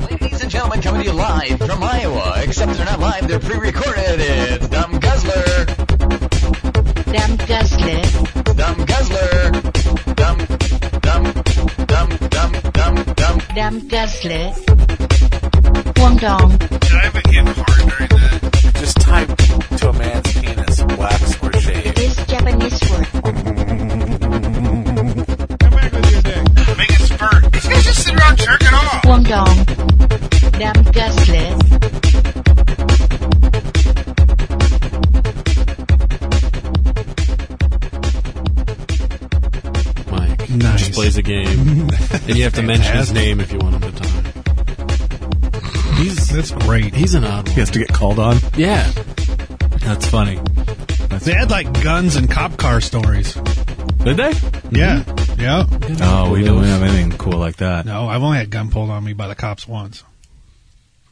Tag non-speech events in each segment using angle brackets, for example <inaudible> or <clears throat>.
Ladies and gentlemen, coming to you live from Iowa. Except they're not live, they're pre-recorded. It's Dumb Guzzler, Damn Guzzler. Dumb Guzzler, Dumb, Dumb, Dumb, Dumb, Dumb, Dumb. Damn Guzzler. Wong Dong. Did I ever get hard during that? Just type to a man's penis wax or shave. This Japanese word. Come back with your dick. Make it spurt. These guys just sit around jerking off. Wong Dong. Damn Guzzler. Mike. Nice. Just plays a game. and you have to mention his name if you want him to talk. He's that's great. He He's an odd one. has to get called on. Yeah. That's funny. They had like guns and cop car stories. Did they? Yeah, Mm-hmm. yeah. Oh, we don't have anything cool like that. No, I've only had gun pulled on me by the cops once.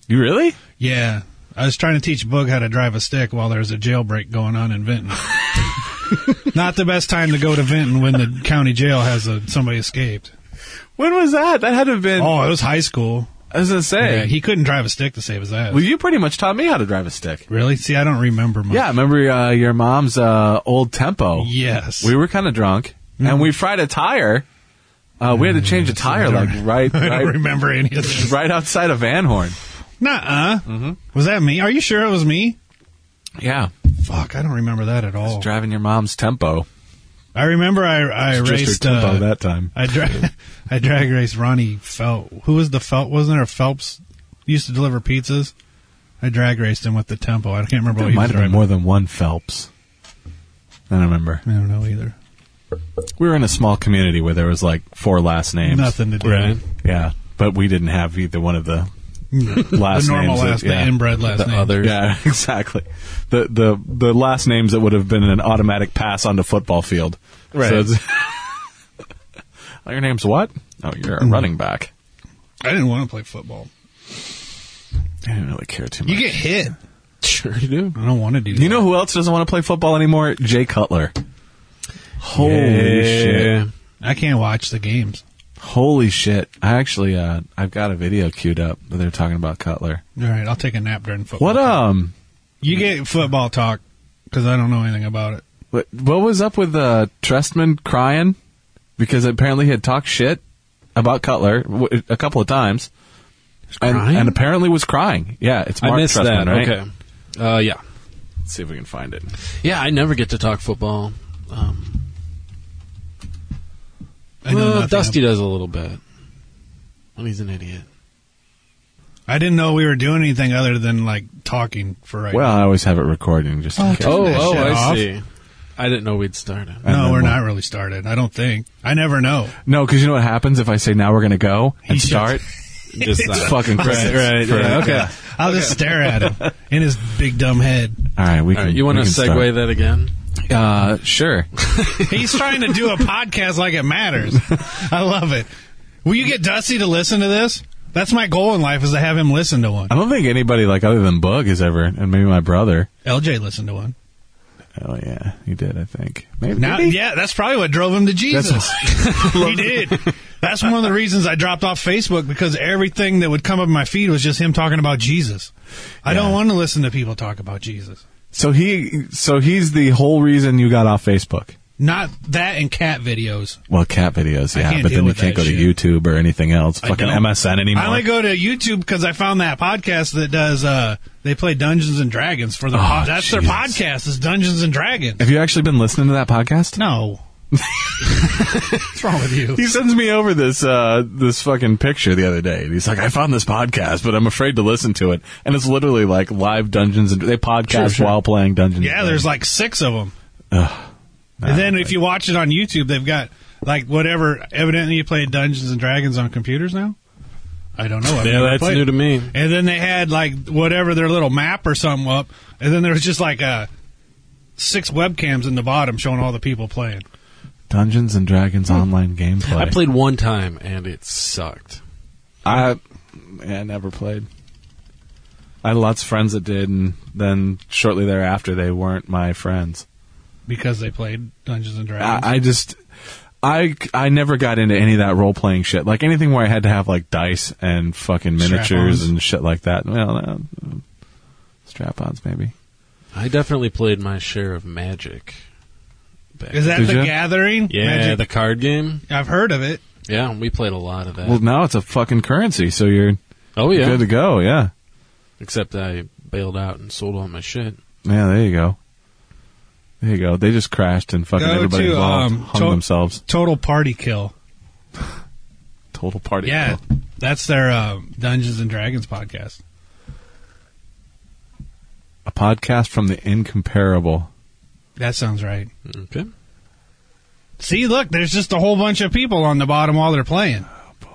You really? Yeah, I was trying to teach Boog how to drive a stick while there was a jailbreak going on in <laughs> Vinton. Not the best time to go to Vinton when the county jail has a, somebody escaped. When was that? That had to have been. Oh, it was high school. I was gonna say. Yeah, he couldn't drive a stick to save his ass. well, you pretty much taught me how to drive a stick. really? See, I don't remember much. Yeah, I remember uh, your mom's uh, old tempo. Yes. We were kind of drunk, Mm-hmm. and we fried a tire. Uh, we had to change a Mm, tire, like <laughs> <laughs> right, I don't right, remember any of this. right Mm-hmm. outside of Van Horn. Nuh-uh. Was that me? Are you sure it was me? Yeah, Fuck, I don't remember that at Oh. all. driving your mom's tempo. I remember I I Just raced her tempo uh, that time. I dra- <laughs> I drag raced Ronnie Phelps. Who was the Phelps? Wasn't there Phelps used to deliver pizzas? I drag raced him with the tempo. I can't remember There what he might was have been driving. more than one Phelps. I don't remember. I don't know <laughs> either. We were in a small community where there was like four last names. Nothing to do. Right. Yeah, but we didn't have either one of the <laughs> last the normal names. last, that, yeah. the inbred last The name. other. Yeah, <laughs> exactly. The the the last names that would have been an automatic pass onto football field. Right. So it's, <laughs> Oh, your name's what? Oh, you're Mm-hmm. a running back. I didn't want to play football. I didn't really care too much. You get hit. sure you do. I don't want to do. That. You know who else doesn't want to play football anymore? Jay Cutler. Holy shit! I can't watch the games. Holy shit! I actually, uh, I've got a video queued up that they're talking about Cutler. All right, I'll take a nap during football. What time. um, You get football talk because I don't know anything about it. what, what was up with uh, Trestman crying because apparently he had talked shit about Cutler w- a couple of times, and, crying? and apparently was crying. Yeah, it's Mark I missed Trestman, that. right? Okay. Uh, yeah. Let's see if we can find it. Yeah, I never get to talk football. Um, I know well, nothing Dusty does a little bit. Well, he's an idiot. I didn't know we were doing anything other than like talking for right. Well, I always have it recording just in case. Turn oh, that oh, shit I off. see. I didn't know we'd started. and no, then we're we'll- not really started. I don't think. I never know. No, because you know what happens if I say now we're gonna go and shuts- start. <laughs> Just It's <laughs> fucking crazy. right, yeah, okay. I'll just stare at him in his big dumb <laughs> head. All right, we All can. right, you want to segue that again? Uh, sure. He's trying to do a podcast like it matters. I love it. Will you get Dusty to listen to this? That's my goal in life is to have him listen to one. I don't think anybody like other than Bug has ever, and maybe my brother. LJ listened to one. Oh yeah, he did. I think maybe. Now, did he? yeah, that's probably what drove him to Jesus. <laughs> <laughs> he did. That's one of the reasons I dropped off Facebook because everything that would come up in my feed was just him talking about Jesus. I don't want to listen to people talk about Jesus. So he, so he's the whole reason you got off Facebook. Not that and cat videos. Well, cat videos, I yeah, can't but deal then you with can't go that shit. to YouTube or anything else. I Fucking don't. MSN anymore. I only go to YouTube because I found that podcast that does. uh They play Dungeons and Dragons for the. Oh, that's their jeez. podcast is Dungeons and Dragons. Have you actually been listening to that podcast? No, <laughs> what's wrong with you? He sends me over this uh, this fucking picture the other day, and he's like, "I found this podcast, but I'm afraid to listen to it." And it's literally like live Dungeons and they podcast while playing Dungeons. Yeah, and there's Dragons. like six of them. and then if you watch it on YouTube, they've got like whatever. Evidently, you play Dungeons and Dragons on computers now. I don't know. I've Yeah, never that's played new it. to me. And then they had like whatever their little map or something up, and then there was just like uh six webcams in the bottom showing all the people playing. Dungeons and Dragons Hmm. online gameplay. I played one time and it sucked. I yeah, I never played. I had lots of friends that did, and then shortly thereafter, they weren't my friends. Ah, because they played Dungeons and Dragons. I, I just I I never got into any of that role playing shit. Like anything where I had to have like dice and fucking miniatures Strap-ons. and shit like that. Well, uh, strap ons maybe. I definitely played my share of Magic. Back ah. Is that Did the ya? Gathering? yeah Magic- the card game? I've heard of it. Yeah, we played a lot of that. Well, now it's a fucking currency, so you're oh yeah, good to go. Yeah, except I bailed out and sold all my shit. yeah. There you go. There you go. They just crashed and fucking Go everybody to, involved um, hung to- themselves. Total Party Kill. Total party. Yeah, kill. that's their um, Dungeons and Dragons podcast. a podcast from the incomparable. That sounds right. Okay, See, look, there's just a whole bunch of people on the bottom while they're playing.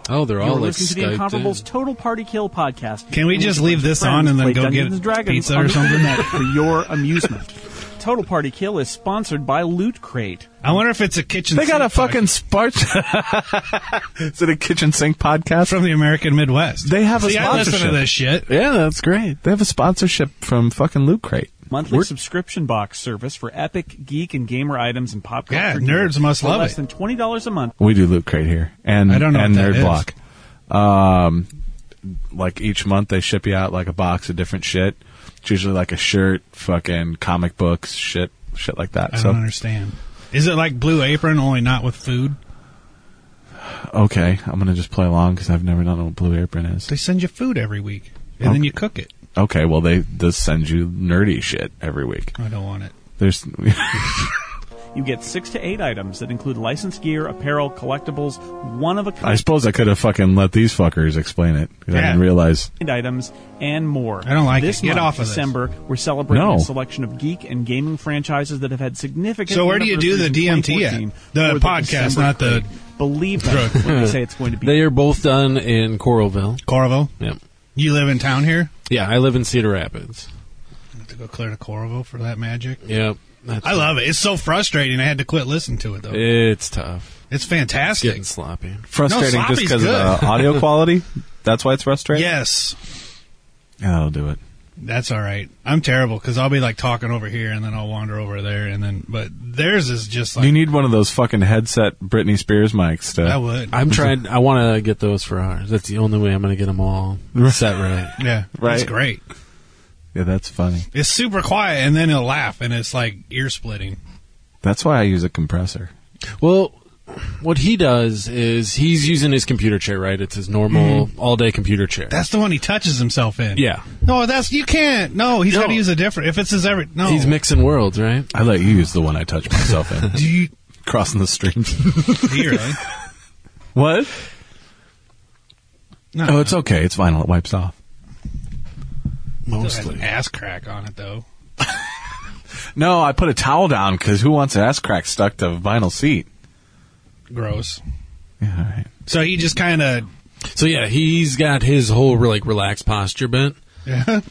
oh they're all You're like listening to the Skyped in. Incomparables Total Party Kill podcast. Can we in which just a leave bunch of this on friends and then play go Dungeons get and Dragons pizza or on the something? internet <laughs> for your amusement? Total Party Kill is sponsored by Loot Crate. I wonder if it's a kitchen. They got sink a fucking spark. <laughs> Is it a kitchen sink podcast? podcast from the American Midwest. They have a See, I listen to sponsorship. this shit. yeah, that's great. They have a sponsorship from fucking Loot Crate. Monthly subscription box service for epic geek and gamer items and pop Yeah, culture. nerds gear must for love less it. than twenty dollars a month. We do Loot Crate here, and I don't know and what that Nerd is. Block. Um, like each month they ship you out like a box of different shit. It's usually like a shirt, fucking comic books, shit, shit like that. I so don't understand. Is it like Blue Apron only not with food? okay, I'm gonna just play along because I've never known what Blue Apron is. They send you food every week and then Okay. you cook it. Okay, well they just send you nerdy shit every week. I don't want it. There's <laughs> You get six to eight items that include licensed gear, apparel, collectibles, one of a I kind suppose I could have fucking let these fuckers explain it. 'cause I Yeah. didn't realize. items, and more. I don't like this it. Get month, off of this. December, we're celebrating No. a selection of geek and gaming franchises that have had significant. So where do you do the anniversaries in DMT at? 2014 The for podcast, December not the crate. Believe us drug. when we say it's going to be. They are both done in Coralville. Corvo, Yeah, you live in town here. yeah. I live in Cedar Rapids. I have to go clear to Corvo for that magic. Yep, that's I love it. It's so frustrating. I had to quit listening to it though. It's tough. It's It's getting fantastic. sloppy. Frustrating No, just sloppy's because of good. the <laughs> audio quality. That's why it's frustrating. Yes, Yeah, that'll do it. that's all right. I'm terrible because I'll be like talking over here and then I'll wander over there and then. But theirs is just like you need one of those fucking headset Britney Spears mics to. I would. I'm trying. I want to get those for ours. That's the only way I'm going to get them all set right. yeah, Right. It's great. yeah, that's funny. It's super quiet and then it'll laugh and it's like ear splitting. That's why I use a compressor. Well, what he does is he's using his computer chair. Right, it's his normal Mm-hmm. all-day computer chair. That's the one he touches himself in. yeah. No, that's you can't. No, he's No. got to use a different. If it's his every no, Oh. He's mixing worlds, right? I let you use the one I touch myself in. <laughs> Do you, Crossing the stream. do <laughs> you really? what? No, Oh, it's okay. It's vinyl. It wipes off. Still has an Mostly. ass crack on it though. No, I put a towel down because who wants an ass crack stuck to a vinyl seat? Gross. Yeah, all right. So he just kind <laughs> of So yeah, he's got his whole like relaxed posture bent, yeah.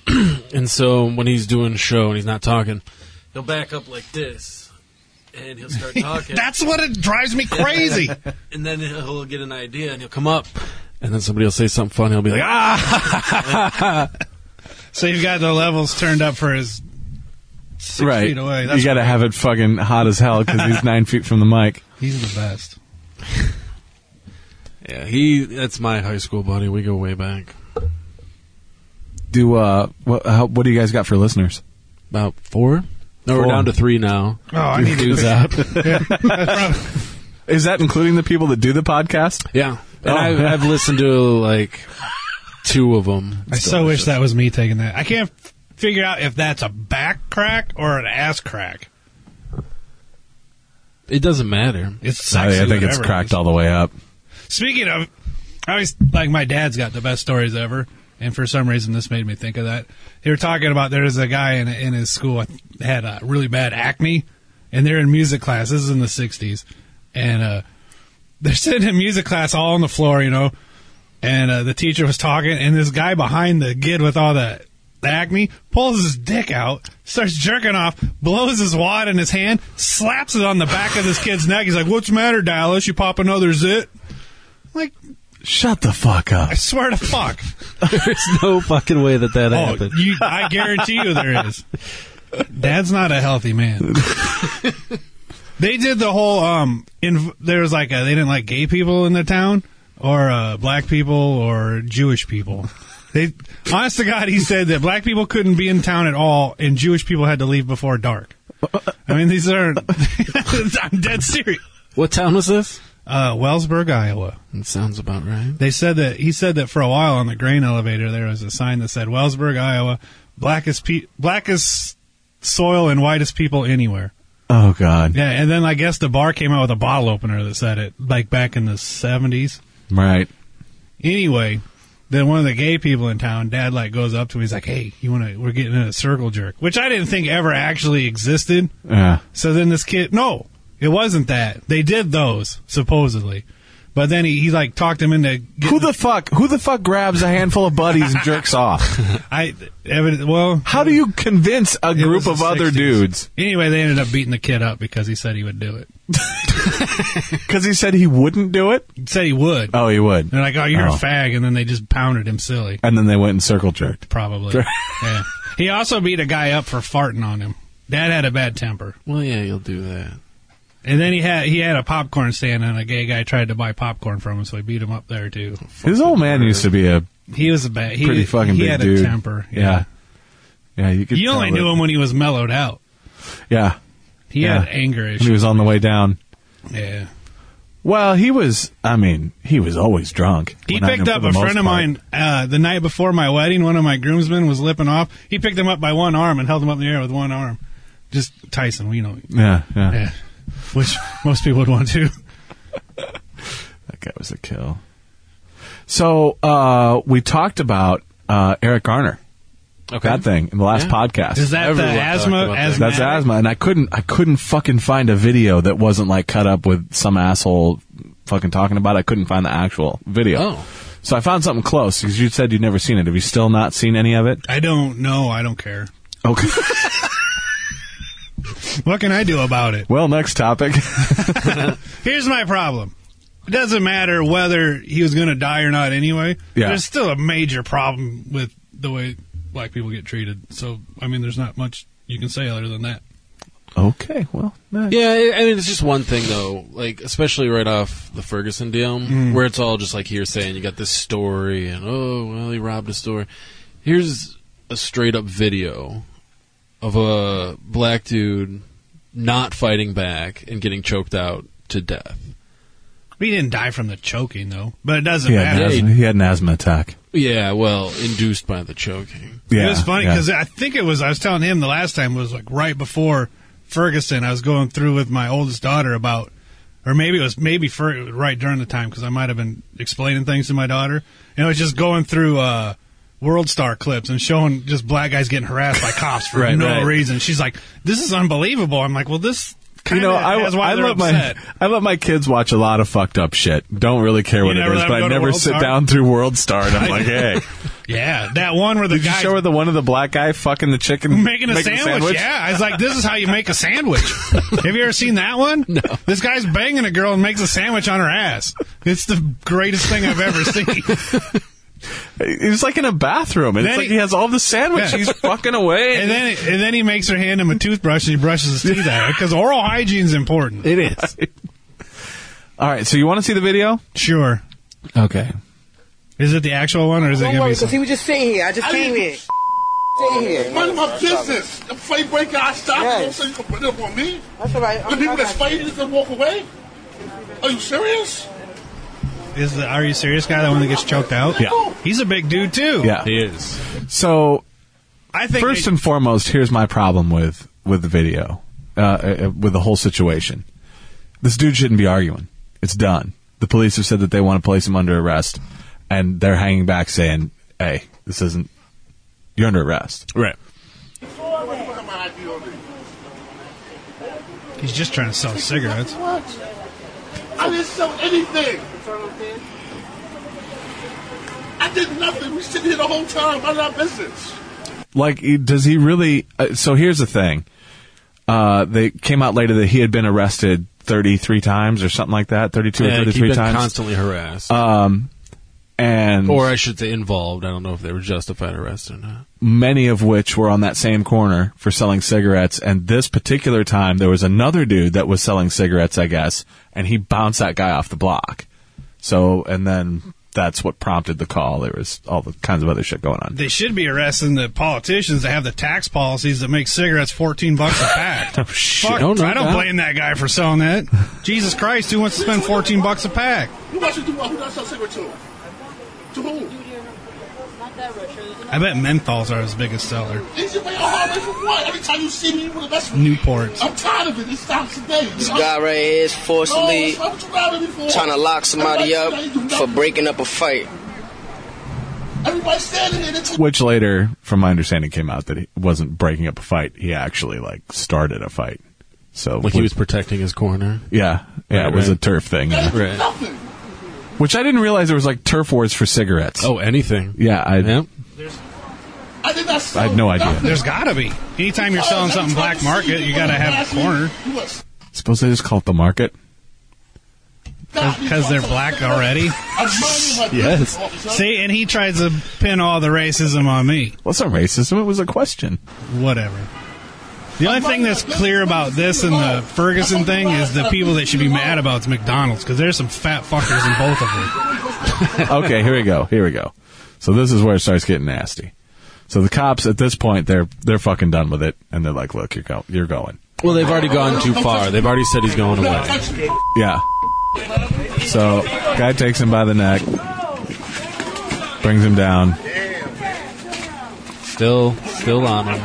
and so when he's doing show and he's not talking, he'll back up like this, and he'll start talking. That's what it drives me crazy. and then he'll get an idea and he'll come up, and then somebody will say something fun. He'll be like, ah, Ah! <laughs> so you've got the levels turned up for his six right. feet away. That's you got to great. have it fucking hot as hell because <laughs> he's nine feet from the mic. He's the best. yeah. He that's my high school buddy. We go way back, Do uh, what? How, what do you guys got for listeners? about four. No, we Four. we're down to three now. Oh, I need to Dude's up. Is that including the people that do the podcast? <laughs> Yeah, and Oh. I've, I've listened to like two of them. I so wish that was me taking that. I can't f- figure out if that's a back crack or an ass crack. It doesn't matter. It's I, sexy. I think it's whatever it cracked is. all the way up. Speaking of, I always like my dad's got the best stories ever, and for some reason this made me think of that. They were talking about there's a guy in in his school that had uh, really bad acne, and they're in music class. This is in the '60s, and uh, <laughs> they're sitting in music class all on the floor, you know, and uh, the teacher was talking, and this guy behind the kid with all the, the acne pulls his dick out, starts jerking off, blows his wad in his hand, slaps it on the back of this kid's neck. He's like, "What's the matter, Dallas? You pop another zit?" Like, Shut the fuck up. I swear to fuck. There's no fucking way <laughs> that that oh, happened. you, I <laughs> guarantee you there is. Dad's not a healthy man. They did the whole um. Inv- there was like a, they didn't like gay people in the town, or uh, black people, or Jewish people. They honest to God, he said that black people couldn't be in town at all, and Jewish people had to leave before dark. I mean, these aren't. <laughs> I'm dead serious. What town was this? Uh, Wellsburg, Iowa. It sounds about right. They said that he said that for a while on the grain elevator there was a sign that said Wellsburg, Iowa, blackest pe- blackest soil and whitest people anywhere. Oh God. Yeah, and then I guess the bar came out with a bottle opener that said it like back in the 70s. Right. Anyway, then one of the gay people in town, dad like goes up to me he's like, "Hey, you want to we're getting in a circle jerk," which I didn't think ever actually existed. Yeah. So then this kid, no, it wasn't that. They did those supposedly. But then he, he like talked him into Who the fuck? Who the fuck grabs a handful of buddies and jerks off? <laughs> I evident, well How do you convince a It was group the of other 60s. dudes? Anyway, they ended up beating the kid up because he said he would do it. Because he said he wouldn't do it. He said he would. Oh, he would. They're like, "Oh, you're Oh. a fag," and then they just pounded him silly. And then they went and circle jerked. Probably. <laughs> yeah. He also beat a guy up for farting on him. Dad had a bad temper, Well, yeah, you'll do that. and then he had he had a popcorn stand, and a gay guy tried to buy popcorn from him, so he beat him up there too. His old man used to be a He was a bad. He, pretty fucking he big had dude. a temper. Yeah. Yeah, you could. You only tell knew that- him when he was mellowed out. Yeah, He Yeah. had anger when he issues. was on the way down. Yeah. Well, he was. I mean, he was always drunk. He when I picked knew- up for the a most friend of part. mine uh, the night before my wedding. One of my groomsmen was lipping off. He picked him up by one arm and held him up in the air with one arm. Just Tyson, we know. Yeah, yeah, Yeah. Which most people would want to. That guy was a kill. So uh, we talked about uh, Eric Garner. Okay. That thing in the last Yeah. podcast. Is that Everyone the talked asthma? about that. asthma That's asthma, and I couldn't. I couldn't fucking find a video that wasn't like cut up with some asshole fucking talking about. it. I couldn't find the actual video. Oh. So I found something close because you said you'd never seen it. Have you still not seen any of it? I don't know. I don't care. Okay. What can I do about it? <laughs> well, next topic. <laughs> Here's my problem. It doesn't matter whether he was going to die or not anyway. Yeah. There's still a major problem with the way black people get treated. So, I mean, there's not much you can say other than that. okay. Well. next. Yeah, I I mean, it's just one thing though. Like, especially right off the Ferguson deal, Mm. where it's all just like hearsay, and you got this story, and oh, well, he robbed a store. Here's a straight up video of a black dude not fighting back and getting choked out to death. He didn't die from the choking, though. But it doesn't He had, an matter. asthma, he had an asthma attack. Yeah, well, induced by the choking. Yeah, it was funny yeah. because I think it was I was telling him the last time was like right before Ferguson. I was going through with my oldest daughter about, or maybe it was maybe Fer- it was right during the time because I might have been explaining things to my daughter, and I was just going through. uh World Star clips and showing just black guys getting harassed by cops for <laughs> Right, no right. reason. She's like, "This is unbelievable." I'm like, "Well, this you kind of know, I, is why I they're let my upset." I let my kids watch a lot of fucked up shit. Don't really care what You it never is, let but them I go to never World sit Star? down through World Star and <laughs> I'm like, hey, yeah, that one where the did you guy show her the one of the black guy fucking the <laughs> chicken making a, sandwich. Yeah, I was like, this is how you make a sandwich. Have you ever seen that one? No. This guy's banging a girl and makes a sandwich on her ass. It's the greatest thing I've ever seen. He was like in a bathroom, and it's Then like he- he has all the sandwich. Yeah. He's fucking away. <laughs> And then and then he makes her hand him a toothbrush and he brushes his teeth out because oral hygiene's important. <laughs> <laughs> It is. all right, so you want to see the video? Sure. Okay. Is it the actual one or is it going to be? Some, was just sitting here. I just I came didn't- here. Sitting here. Mind my business. The fight breaker, I stopped Yes. him so you can put it up on me. That's all right. The people that's fighting is gonna walk away. Are you serious? is the Are You Serious guy the one that gets choked out? Yeah. He's a big dude too. Yeah. He is. So I think first and foremost, here's my problem with with the video, uh, uh, with the whole situation. This dude shouldn't be arguing. It's done. The police have said that they want to place him under arrest, and they're hanging back saying, "Hey, this isn't. You're under arrest." Right. Look at my ID on me. he's just trying to sell cigarettes. What? I didn't sell anything. I did nothing. We sitting here the whole time. Mind our business. Like, he- does he really? Uh, so here's the thing. Uh, they came out later that he had been arrested 33 times or something like that, 32 or Yeah, he's 33 been times. constantly harassed. Um, and or I should say involved. I don't know if they were justified arrest or not. many of which were on that same corner for selling cigarettes. And this particular time, there was another dude that was selling cigarettes, I guess, and he bounced that guy off the block. So, and then that's what prompted the call. There was all the kinds of other shit going on. They should be arresting the politicians that have the tax policies that make cigarettes fourteen bucks a <laughs> pack. Oh, Fuck, No, no, I don't no. blame that guy for selling that. Jesus Christ, who wants to spend fourteen bucks a pack? Who wants to do what? Who does sell cigarette to? To who? I bet menthols are his biggest seller. Is it way hard for what? Every time you see me, you want to mess with me. Newports. I'm tired of it. It stops today. This guy right here is forcibly No, that's not what you grabbing me for. trying to lock somebody up Everybody standing there, for breaking up a fight. Everybody standing there. They're just Which later, from my understanding, came out that he wasn't breaking up a fight. He actually like started a fight. So Like he was protecting his corner. yeah, yeah, Right, it was a right. turf thing. yeah. Right. nothing. Which I didn't realize there was like turf wars for cigarettes. Oh, anything. yeah, I Yep. I did not sell I had no idea. nothing. There's gotta be. Anytime you're selling something black market, you gotta have a corner suppose they just call it the market. because they're black already. Yes. See, and he tries to pin all the racism on me. Well, it's not racism. It was a question. Whatever. The only thing that's clear about this and the Ferguson thing is the people that should be mad about is McDonald's because there's some fat fuckers in both of them. okay, here we go. Here we go. So this is where it starts getting nasty. So the cops at this point they're they're fucking done with it, and they're like, "Look, you're go- you're going." Well, they've already gone too far. They've already said he's going away. Yeah. So guy takes him by the neck, brings him down. Still, still on him.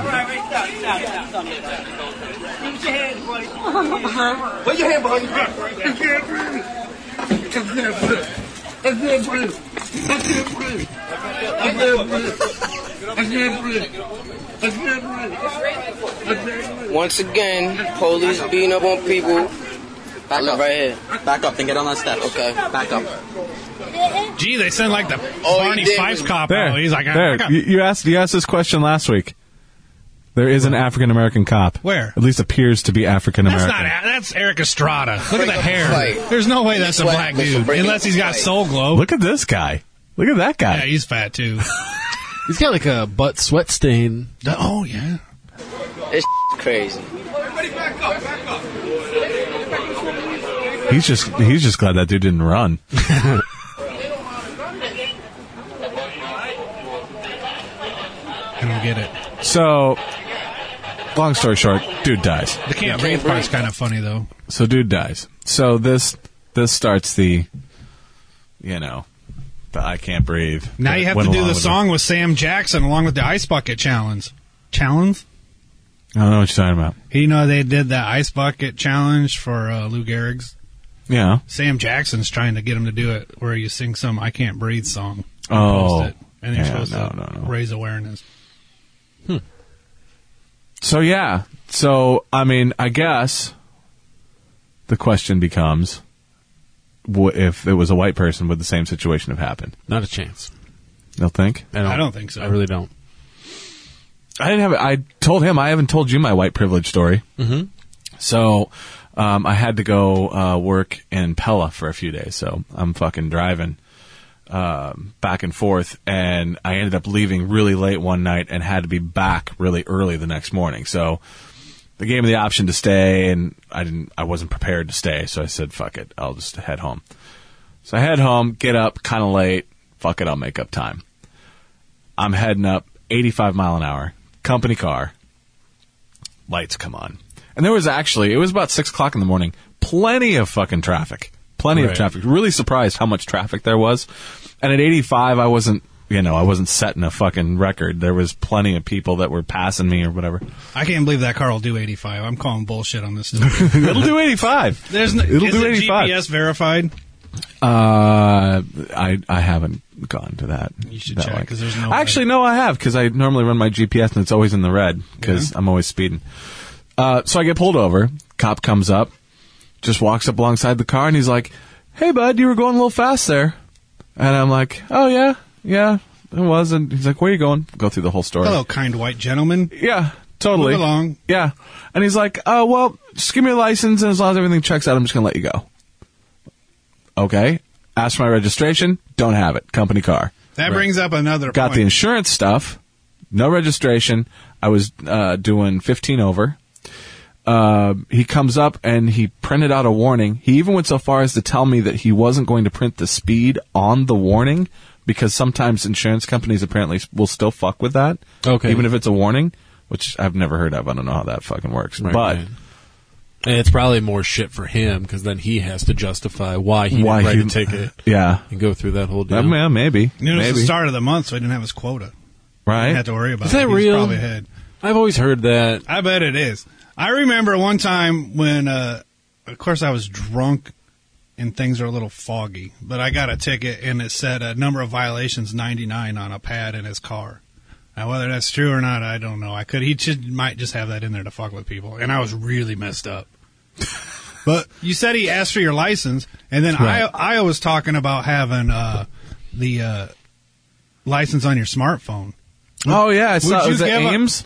Where your hand, buddy? It's there, please. It's there, please. It's there, please. It's there, please. It's there, please. It's there, please. It's there, please. It's there, please. Once again, police beating up on people. Back up right here. Back up and get on that step. Okay. Back up. Gee, they send like the All Oh, he Barney did Fife was- cop There, out. Oh, He's like, there. I got- You, you asked you asked this question last week. There is an African American cop. Where? At least appears to be African that's American. not that's Eric Estrada. Look at the Break up the hair. fight. There's no way that's a Sweat black for dude breaking unless up he's the got fight. soul glow. Look at this guy. Look at that Yeah, guy. he's fat too. He's got like a butt sweat stain. oh yeah. <laughs> It's crazy. He's just he's just glad that dude didn't run. I don't get it. So, long story short, dude dies. The can't breathe part's kind of funny though. So dude dies. So this this starts the, you know, the I can't breathe. Now that you have went to do along the with song with Sam Jackson along with the Ice Bucket Challenge. Challenge? it. I don't know what you're talking about. You know they did the Ice Bucket Challenge for uh, Lou Gehrig's. Yeah. Sam Jackson's trying to get him to do it where you sing some "I Can't Breathe" song. and Oh. post it, and you're Yeah, supposed no, to no, no. raise awareness. So yeah. So I mean, I guess the question becomes, wha if it was a white person, would the same situation have happened? Not a chance. They'll think. I don't think so. I really don't. I didn't have. I told him I haven't told you my white privilege story. Mhm. So um, I had to go uh, work in Pella for a few days. So I'm fucking driving um, back and forth, and I ended up leaving really late one night and had to be back really early the next morning. So they gave me the option to stay, and I didn't. I wasn't prepared to stay, so I said, "Fuck it, I'll just head home." So I head home, get up, kind of late. Fuck it, I'll make up time. I'm heading up 85 mile an hour, company car. Lights come on. And there was actually, it was about 6 o'clock in the morning, plenty of fucking traffic. Plenty of Right. traffic. Really surprised how much traffic there was. And at 85, I wasn't, you know, I wasn't setting a fucking record. There was plenty of people that were passing me or whatever. I can't believe that car will do 85. I'm calling bullshit on this. Story. <laughs> It'll do 85. There's no, It'll is do it 85. GPS verified. Uh, I I haven't gone to that. You should that check, way. 'cause there's no Actually, no, I have because I normally run my GPS and it's always in the red because I'm always speeding. Uh, so I get pulled over. Cop comes up, just walks up alongside the car, and he's like, "Hey, bud, you were going a little fast there." And I'm like, "Oh yeah, yeah, it was." And he's like, "Where you going?" Go through the whole story. Hello, kind white gentleman. Yeah, totally. Move along. Yeah. And he's like, uh, well, just give me a license, and as long as everything checks out, I'm just going to let you go. Okay. Ask for my registration. Don't have it. Company car. That brings up another Got the point. insurance stuff. No registration. I was uh, doing 15 over. Uh, he comes up and he printed out a warning. He even went so far as to tell me that he wasn't going to print the speed on the warning because sometimes insurance companies apparently will still fuck with that. Okay. Even if it's a warning, which I've never heard of. I don't know how that fucking works. Right, but right. And it's probably more shit for him because then he has to justify why he Why didn't write he- a ticket. <laughs> Yeah. and go through that whole deal. Uh, yeah, maybe. You know, it was maybe. the start of the month, so he didn't have his quota. right? Didn't have to worry about Is it. He that was real? probably ahead. I've always heard that. I bet it is. I remember one time when, uh, of course, I was drunk and things are a little foggy, but I got a ticket and it said a number of violations 99 on a pad in his car. Now, whether that's true or not, I don't know. I could, he just, might just have that in there to fuck with people. And I was really messed <laughs> up. but you said he asked for your license, and then Right. I, I was talking about having, uh, the, uh, license on your smartphone. Oh yeah, I Would saw. you Was it give a- Ames?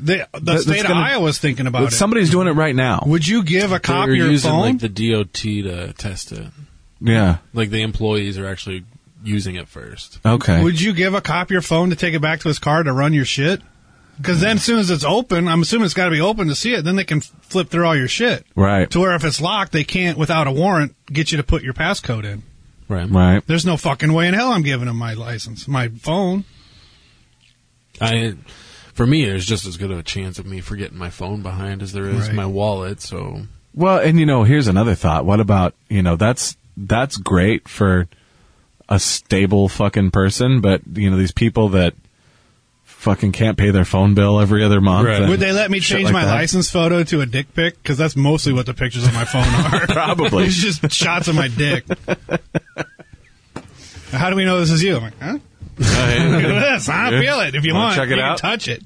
The, the That- state that's of gonna- Iowa's thinking about it. Somebody's doing it right now. Would you give a cop They're your using phone? like the DOT to test it. Yeah. Like the employees are actually using it first. Okay. Would you give a cop your phone to take it back to his car to run your shit? Because then, as soon as it's open, I'm assuming it's got to be open to see it. Then they can flip through all your shit. Right. To where if it's locked, they can't, without a warrant, get you to put your passcode in. Right. Right. There's no fucking way in hell I'm giving them my license, my phone. I, for me, there's just as good of a chance of me forgetting my phone behind as there is Right. my wallet. So Well, and you know, here's another thought. What about you know that's that's great for a stable fucking person, but you know these people that fucking can't pay their phone bill every other month. and Would they let me shit change like my that? license photo to a dick pic? Because that's mostly what the pictures on my phone are. Probably. it's just shots of my dick. How do we know this is you? I'm like, <laughs> huh? Look at this. I Yeah. feel it. If you Wanna want, check it you can out? touch it.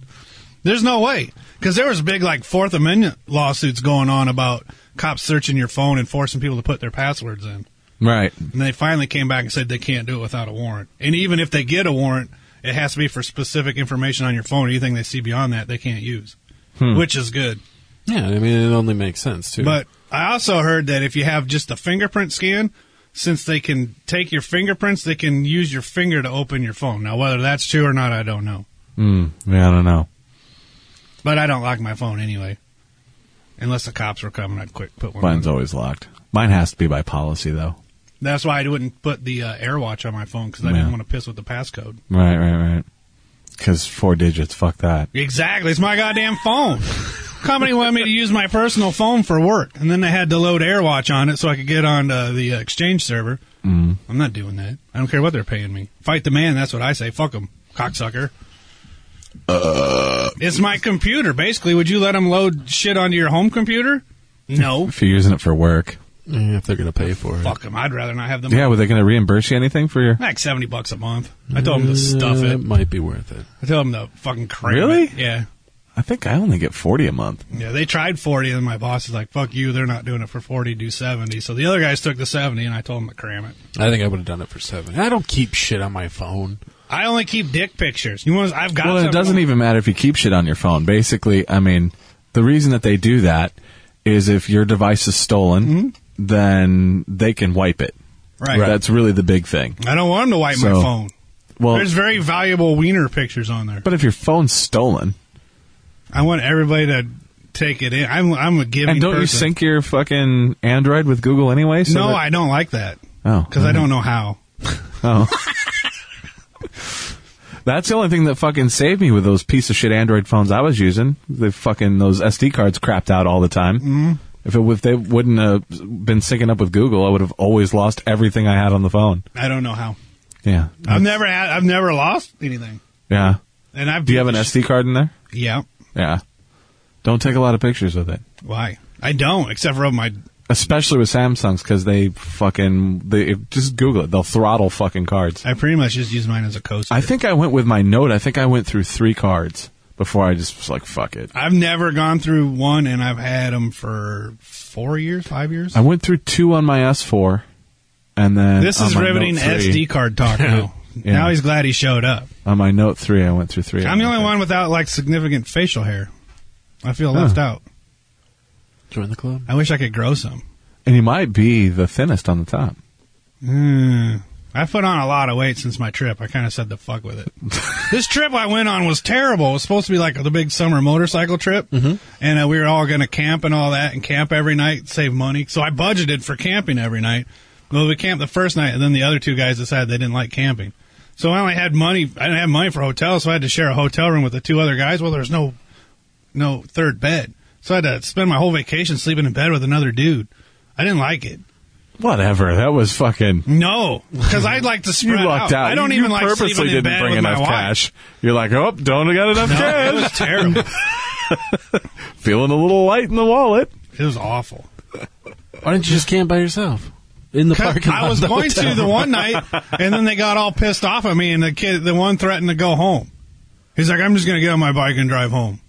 There's no way because there was big like Fourth Amendment lawsuits going on about cops searching your phone and forcing people to put their passwords in. Right. And they finally came back and said they can't do it without a warrant. And even if they get a warrant, it has to be for specific information on your phone. Anything they see beyond that, they can't use, Hmm. which is good. yeah, I mean, it only makes sense too. But I also heard that if you have just a fingerprint scan, since they can take your fingerprints, they can use your finger to open your phone. Now, whether that's true or not, I don't know. Mm, yeah, I don't know. But I don't lock my phone anyway. Unless the cops were coming, I'd quick put one. on. Mine's always locked. Mine has to be by policy though. That's why I wouldn't put the uh, AirWatch on my phone because I Yeah. didn't want to piss with the passcode. Right. Right. Right. Because four digits. Fuck that. Exactly, it's my goddamn phone. Company wanted me to use my personal phone for work, and then they had to load AirWatch on it so I could get on uh, the uh, Exchange server. Mm. I'm not doing that. I don't care what they're paying me. Fight the man. That's what I say. Fuck him, cocksucker. Uh, it's my computer. Basically, would you let them load shit onto your home computer? <laughs> No. If you're using it for work. Yeah, if they're gonna pay for it, Fuck them. I'd rather not have them. Yeah. Were they going to reimburse you anything for your? Like seventy bucks a month. I told him to stuff Uh, it. might be worth it. I told him to fucking cram Really? it. Yeah, I think I only get forty a month. yeah. They tried forty, and my boss is like, "Fuck you! They're not doing it for forty. Do seventy. So the other guys took the seventy, and I told them to cram it. I think I would have done it for seven. I don't keep shit on my phone. I only keep dick pictures. You want? I've got. Well, it something- doesn't even matter if you keep shit on your phone. Basically, I mean, the reason that they do that is if your device is stolen, then they can wipe it. Mm-hmm. Right. That's really the big thing. I don't want them to wipe my So- phone. Well, There's very valuable wiener pictures on there. but if your phone's stolen, I want everybody to take it in. I'm, I'm a giving. and don't you person. sync your fucking Android with Google anyway? So no, that- I don't like that oh, because I don't know how. Oh. <laughs> That's the only thing that fucking saved me with those piece of shit Android phones I was using. They fucking those SD cards crapped out all the time. Mm. If it if they wouldn't have been syncing up with Google, I would have always lost everything I had on the phone. I don't know how. Yeah, I've never had. I've never lost anything. yeah. And I've. Do you have an SD card in there? Yeah. Yeah. Don't take a lot of pictures with it, Why? I don't, except for my. especially with Samsungs because they fucking they if- just Google it. They'll throttle fucking cards. I pretty much just use mine as a coaster. I think I went with my Note. I think I went through three cards before I just was like, fuck it. I've never gone through one, and I've had them for four years, five years. I went through two on my S4, and then this on is my riveting Note 3 SD card talk now. <laughs> Yeah. Now he's glad he showed up. On my Note three, I went through three. I'm the only one without like significant facial hair. I feel Huh. left out. Join the club. I wish I could grow some. and he might be the thinnest on the top. Mm. I put on a lot of weight since my trip. I kind of said the fuck with it. this trip I went on was terrible. It was supposed to be like the big summer motorcycle trip, and uh, we were all going to camp and all that, and camp every night, save money. So I budgeted for camping every night. Well, we camped the first night, and then the other two guys decided they didn't like camping. So I only had money. I didn't have money for hotels, so I had to share a hotel room with the two other guys. Well, there's no no third bed, so I had to spend my whole vacation sleeping in bed with another dude. I didn't like it. Whatever. That was fucking. No, because I'd like to You spread lucked out. I don't You even like purposely sleeping in didn't bed bring with my enough wife. cash. You're like, oh, don't got enough No, cash. it was terrible. Feeling a little light in the wallet. It was awful. Why didn't you just camp by yourself in the parking lot? I <laughs> was of the going hotel? to the one night, and then they got all pissed off at me, and the kid, the one threatened to go home. He's like, "I'm just going to get on my bike and drive home."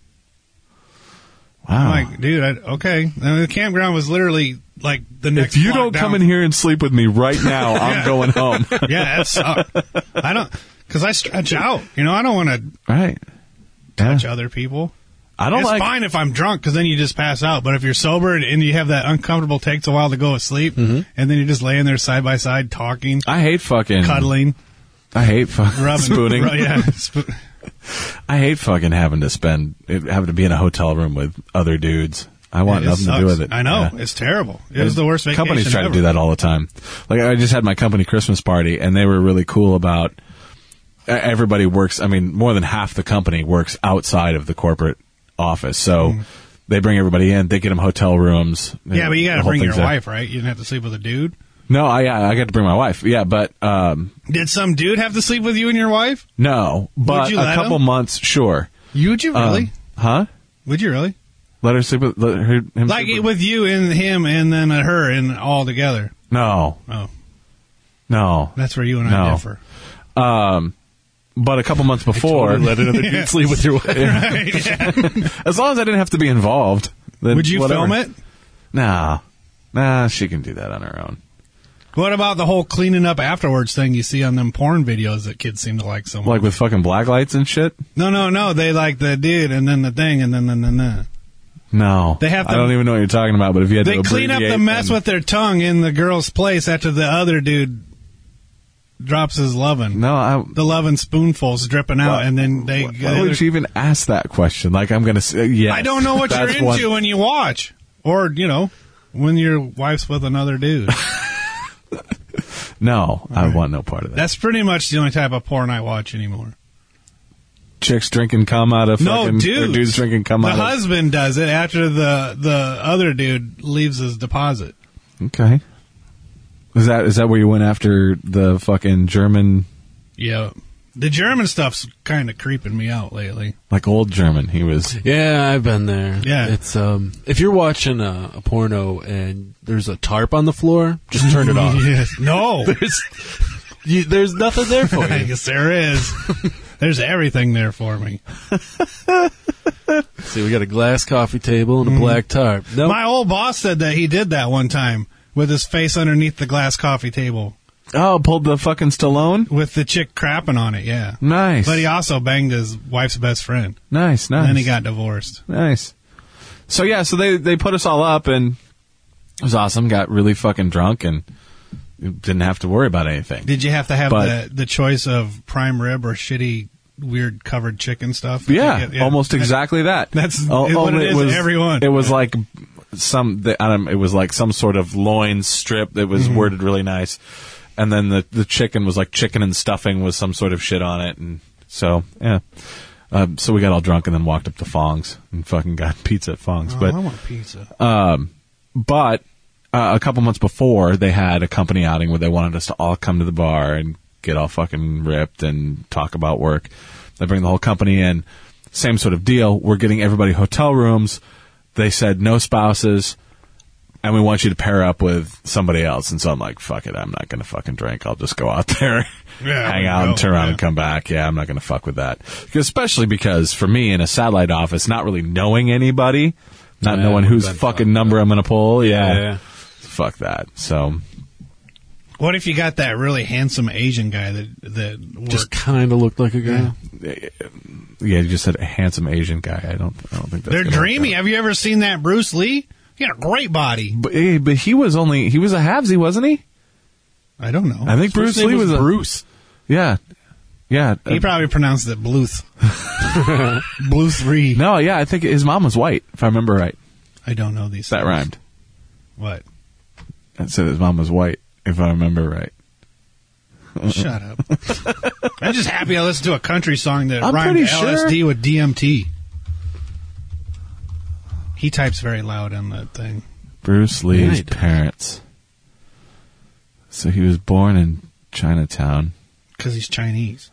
Wow. I'm like, dude, I, okay. And the campground was literally like the next. if you block don't down. come in here and sleep with me right now, <laughs> I'm Yeah. going home. yeah, that sucked. I don't because I stretch out. You know, I don't want to right. touch other people. I don't it's like- fine if I'm drunk because then you just pass out. But if you're sober and, and you have that uncomfortable, takes a while to go to sleep, Mm-hmm. and then you're just laying there side by side talking, I hate fucking cuddling, I hate fucking rubbing, spooning. ru- <laughs> yeah, sp- I hate fucking having to spend having to be in a hotel room with other dudes. I want It nothing to do sucks. with it. I know Yeah. it's terrible. It was the worst vacation Companies try ever. to do that all the time. Like I just had my company Christmas party, and they were really cool about e- everybody works. I mean, more than half the company works outside of the corporate office, so they bring everybody in. They get them hotel rooms. Hmm. Yeah, but you got The to whole bring your thing's there. wife, right? You didn't have to sleep with a dude. No, I I got to bring my wife. Yeah, but um, Did some dude have to sleep with you and your wife? no, but you a let couple him? months, sure. You would you really? Um, huh? would you really? Let her sleep with let her, him. sleep Like with- with you and him, and then uh, her, and all together. no, Oh, no. that's where you and I No. <laughs> differ. <laughs> Um, but a couple months before, let another dude sleep <laughs> with your wife. Right, yeah. as long as I didn't have to be involved, then Would you whatever. film it? Nah, nah, she can do that on her own. What about the whole cleaning up afterwards thing you see on them porn videos that kids seem to like so much? Like with fucking black lights and shit. no, no, no. They like the dude and then the thing and then then then then. No, They have I to- don't even know what you're talking about. But if you had They to clean up the abbreviate mess them- with their tongue in the girl's place after the other dude drops his lovin'. no, I. The lovin' spoonfuls dripping out, Why- and then they. Why would you even ask that question? Like I'm gonna say yes. I don't know what you're <laughs> That's into one- when you watch, or you know, when your wife's with another <laughs> dude. No, I want no part of that. That's pretty much the only type of porn I watch anymore. Chicks drinking cum out of No, fucking or dudes. dudes drinking cum the out husband does it after the the other dude leaves his deposit. of. Okay. Is that is that where you went after the fucking German Yeah, the German stuff's kind of creeping me out lately. like old German? He was Yeah, I've been there. Yeah. it's um, if you're watching a, a porno and there's a tarp on the floor, <laughs> just turn it off. Yes. <laughs> No, There's, you, there's nothing there <laughs> for I you. guess there is. There's everything there for me. See, we got a glass coffee table and a black tarp. No, My old boss said that he did that one time with his face underneath the glass coffee table oh pulled the fucking Stallone. with the chick crapping on it. Yeah. Nice, But he also banged his wife's best friend. nice, nice. And then he got divorced. Nice. So yeah, so they they put us all up and it was awesome. Got really fucking drunk and didn't have to worry about anything. Did you have to have But- the, the choice of prime rib or shitty, weird covered chicken stuff? yeah, Did you get- almost exactly that. <laughs> That's O- what it only is to everyone. It was like some. The, I don't. It was like some sort of loin strip that Mm-hmm. was worded really nice, and then the the chicken was like chicken and stuffing was some sort of shit on it, and so yeah. Um, so we got all drunk and then walked up to Fong's and fucking got <laughs> pizza at Fong's. Oh, but I want pizza. Um, but uh, a couple months before, they had a company outing where they wanted us to all come to the bar and get all fucking ripped and talk about work. They bring the whole company in. Same sort of deal. We're getting everybody hotel rooms. They said no spouses, and we want you to pair up with somebody else. And so I'm like, fuck it, I'm not gonna fucking drink. I'll just go out there, <laughs> Yeah, hang out, and no, turn around yeah. and come back. Yeah, I'm not gonna fuck with that. Especially because for me in a satellite office, not really knowing anybody, not Yeah, knowing it would've whose been fucking fun. number I'm gonna pull. Yeah. Yeah. fuck that. So What if you got that really handsome Asian guy that that worked? just kind of looked like a guy. yeah, you just said a handsome Asian guy. I don't, I don't think that's They're gonna work dreamy. out. Have you ever seen that Bruce Lee? He had a great body. But, eh, but he was only he was a halvesy, wasn't he? I don't know. I think Bruce Lee was, a- Yeah, yeah. He probably pronounced it <laughs> Bluth. Bluth Reed. No, yeah, I think his mom was white, if I remember right. I don't know these. That things. rhymed. What? I said his mom was white, if I remember right. Shut up. <laughs> I'm just happy I listened to a country song that I'm rhymed pretty LSD sure- with DMT. He types very loud on that thing. Bruce Lee's Right. parents. So he was born in Chinatown. Because he's Chinese.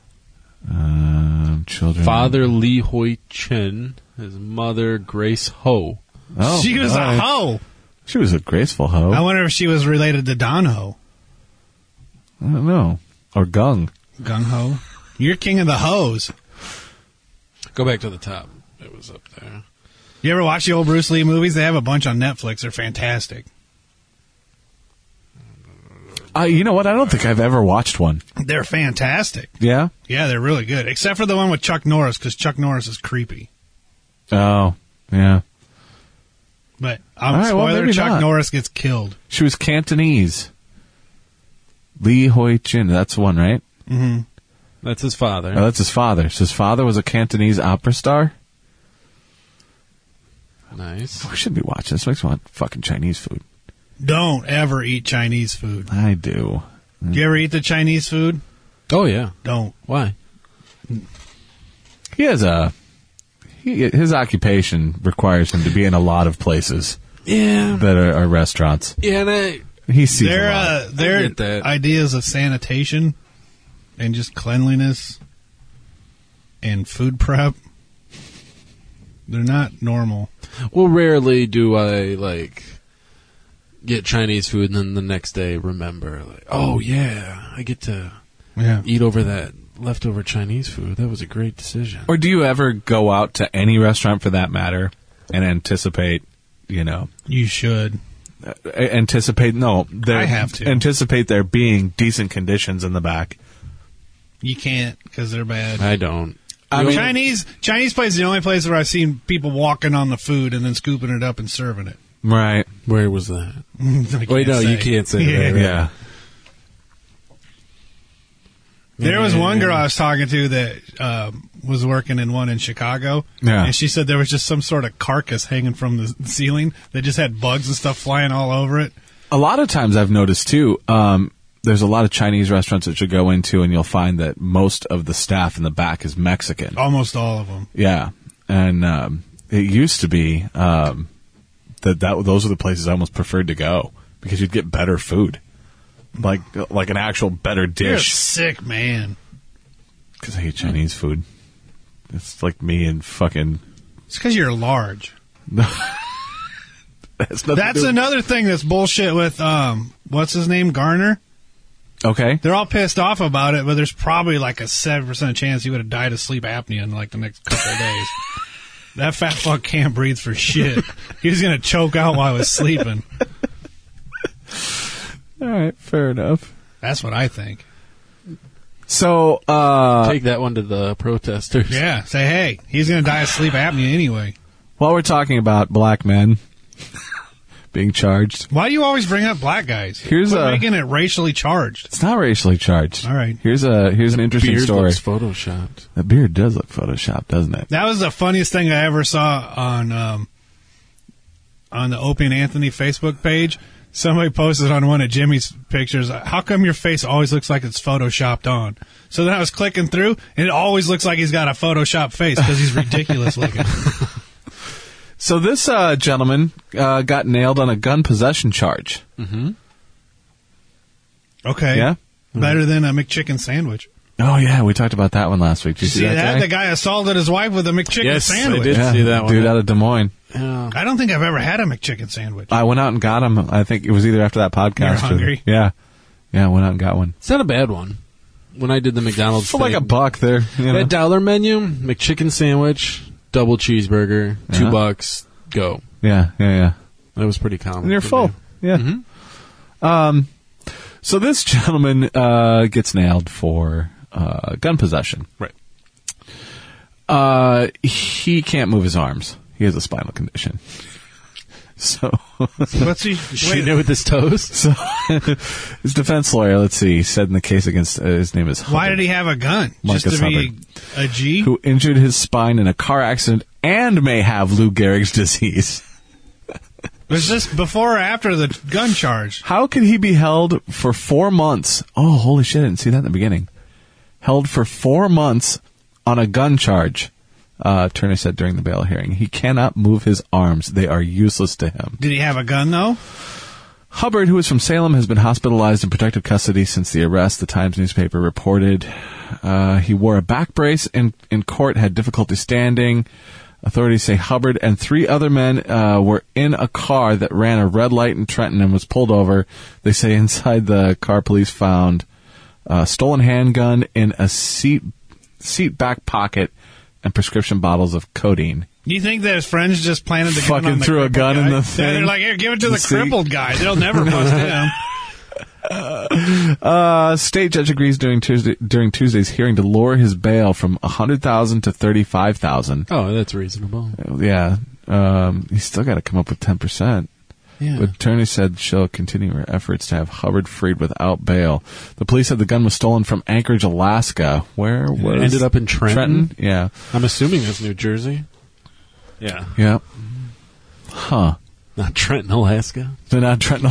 Um, Mm. children. Father Lee Hoi Chen, his mother Grace Ho. Oh, she was alright. a hoe. She was a graceful hoe. I I wonder if she was related to Don Ho. don't know. Or gung. Gung Ho. You're king of the hoes. Go back to the top. It was up there. You ever watch the old Bruce Lee movies? They have a bunch on Netflix. They're fantastic. Uh, you know what? I don't think I've ever watched one. They're fantastic. Yeah? Yeah, they're really good. Except for the one with Chuck Norris, because Chuck Norris is creepy. Oh, yeah. But um, All right, well, spoiler: maybe Chuck not. Norris gets killed. She was Cantonese. Lee Hoi Chin. That's one, right? Mm-hmm. That's his father. Oh, that's his father. So his father was a Cantonese opera star? nice. I should be watching. This makes me want fucking Chinese food. Don't ever eat Chinese food. I do. Mm. Do you ever eat the Chinese food? Oh yeah. Don't. Why? He has a. He, his occupation requires him to be in a lot of places Yeah. that are, are restaurants. Yeah, and I, He sees their a lot. uh, their get that. ideas of sanitation and just cleanliness and food <laughs> prep. They're not normal. well, rarely do I like get Chinese food and then the next day remember like, oh yeah, I get to Yeah. eat over that leftover Chinese food. That was a great decision. Or do you ever go out to any restaurant for that matter and anticipate, you know, You should. a- uh, anticipate no, there I have to. anticipate there being decent conditions in the back. You can't because they're bad. I don't. Um, Chinese Chinese place is the only place where I've seen people walking on the food and then scooping it up and serving it. <laughs> Right. Where was that? I can't Wait, no, you say. can't <laughs> say Yeah. that. right? Yeah. There was one Yeah. girl I was talking to that um, was working in one in Chicago, Yeah. and she said there was just some sort of carcass hanging from the ceiling that just had bugs and stuff flying all over it. A lot of times I've noticed too, um, there's a lot of Chinese restaurants that you go into and you'll find that most of the staff in the back is Mexican. Almost all of them. Yeah, and um, it used to be um, that that those are the places I almost preferred to go because you'd get better food, like like an actual better You're a dish. sick man. Because I hate Chinese food. It's like me and fucking. <laughs> It's because you're large. That's, nothing That's to do- another thing that's bullshit with um, what's his name Garner. okay. They're all pissed off about it, but there's probably like a seven percent chance he would have died of sleep apnea in like the next couple of <laughs> days. That fat fuck can't breathe for shit. he was gonna choke out while I was sleeping. All right, fair enough. That's what I think. So, uh, Take that one to the protesters. Yeah, say hey, he's gonna die of sleep apnea anyway. while we're talking about black men being charged, Why do you always bring up black guys? Here's Quit a- making it racially charged. it's not racially charged. All right. Here's a here's an interesting Beard story. looks photoshopped. the beard does look photoshopped, doesn't it? That was the funniest thing I ever saw on um, on the Opie and Anthony Facebook page. Somebody posted on one of Jimmy's pictures, "How come your face always looks like it's photoshopped on?" So then I was clicking through, and it always looks like he's got a photoshopped face because he's ridiculous looking. <laughs> So this uh, gentleman uh, got nailed on a gun possession charge. Okay, Yeah. better than a McChicken sandwich. Oh yeah, we talked about that one last week. Did you see, See that? guy? The guy assaulted his wife with a McChicken Yes, I sandwich. did. yeah, see that one. dude out of Des Moines. Yeah. I don't think I've ever had a McChicken sandwich. I went out and got him. I think it was either after that podcast. You're or- hungry. yeah, yeah. I went out and got one It's not a bad one. When I did the McDonald's for like thing, a buck. There, you know. That dollar menu, McChicken sandwich, double cheeseburger, two Uh-huh. bucks, go. yeah, yeah, yeah. That was pretty common. And you're for full. me. Yeah. Mm-hmm. Um. So this <laughs> gentleman uh, gets nailed for uh, gun possession. Right. Uh, he can't move his arms. He has a spinal condition. <laughs> So Let's <laughs> see. Wait. with his toes. <laughs> So his defense lawyer, let's see, said in the case against uh, his name is Why did he have a gun? Just Marcus to be a G? who injured his spine in a car accident and may have Lou Gehrig's disease. Was this before or after the gun charge? How could he be held for four months? Oh, holy shit! I didn't see that in the beginning. Held for four months on a gun charge. Uh, Turner said during the bail hearing, he cannot move his arms; they are useless to him. Did he have a gun though? Hubbard, who is from Salem, has been hospitalized in protective custody since the arrest, the Times newspaper reported. Uh, he wore a back brace and in court had difficulty standing. Authorities say Hubbard and three other men uh, were in a car that ran a red light in Trenton and was pulled over. They say inside the car, police found a stolen handgun in a seat seat back pocket and prescription bottles of codeine. Do you think that his friends just planted the gun Fucking on the threw a crippled gun in guy? the Yeah, thing. They're like, here, give it to the See? crippled guy. They'll <laughs> never bust him. Uh, state judge agrees during Tuesday during Tuesday's hearing to lower his bail from a hundred thousand to thirty five thousand. Oh, that's reasonable. Yeah, um, he's still got to come up with ten percent. Yeah. But attorney said she'll continue her efforts to have Hubbard freed without bail. The police said the gun was stolen from Anchorage, Alaska. Where it was ended up in Trenton? Yeah, I'm assuming that's New Jersey. Yeah. yeah. Mm-hmm. Huh. <laughs> Not Trenton, Alaska. They're not Trenton. <laughs>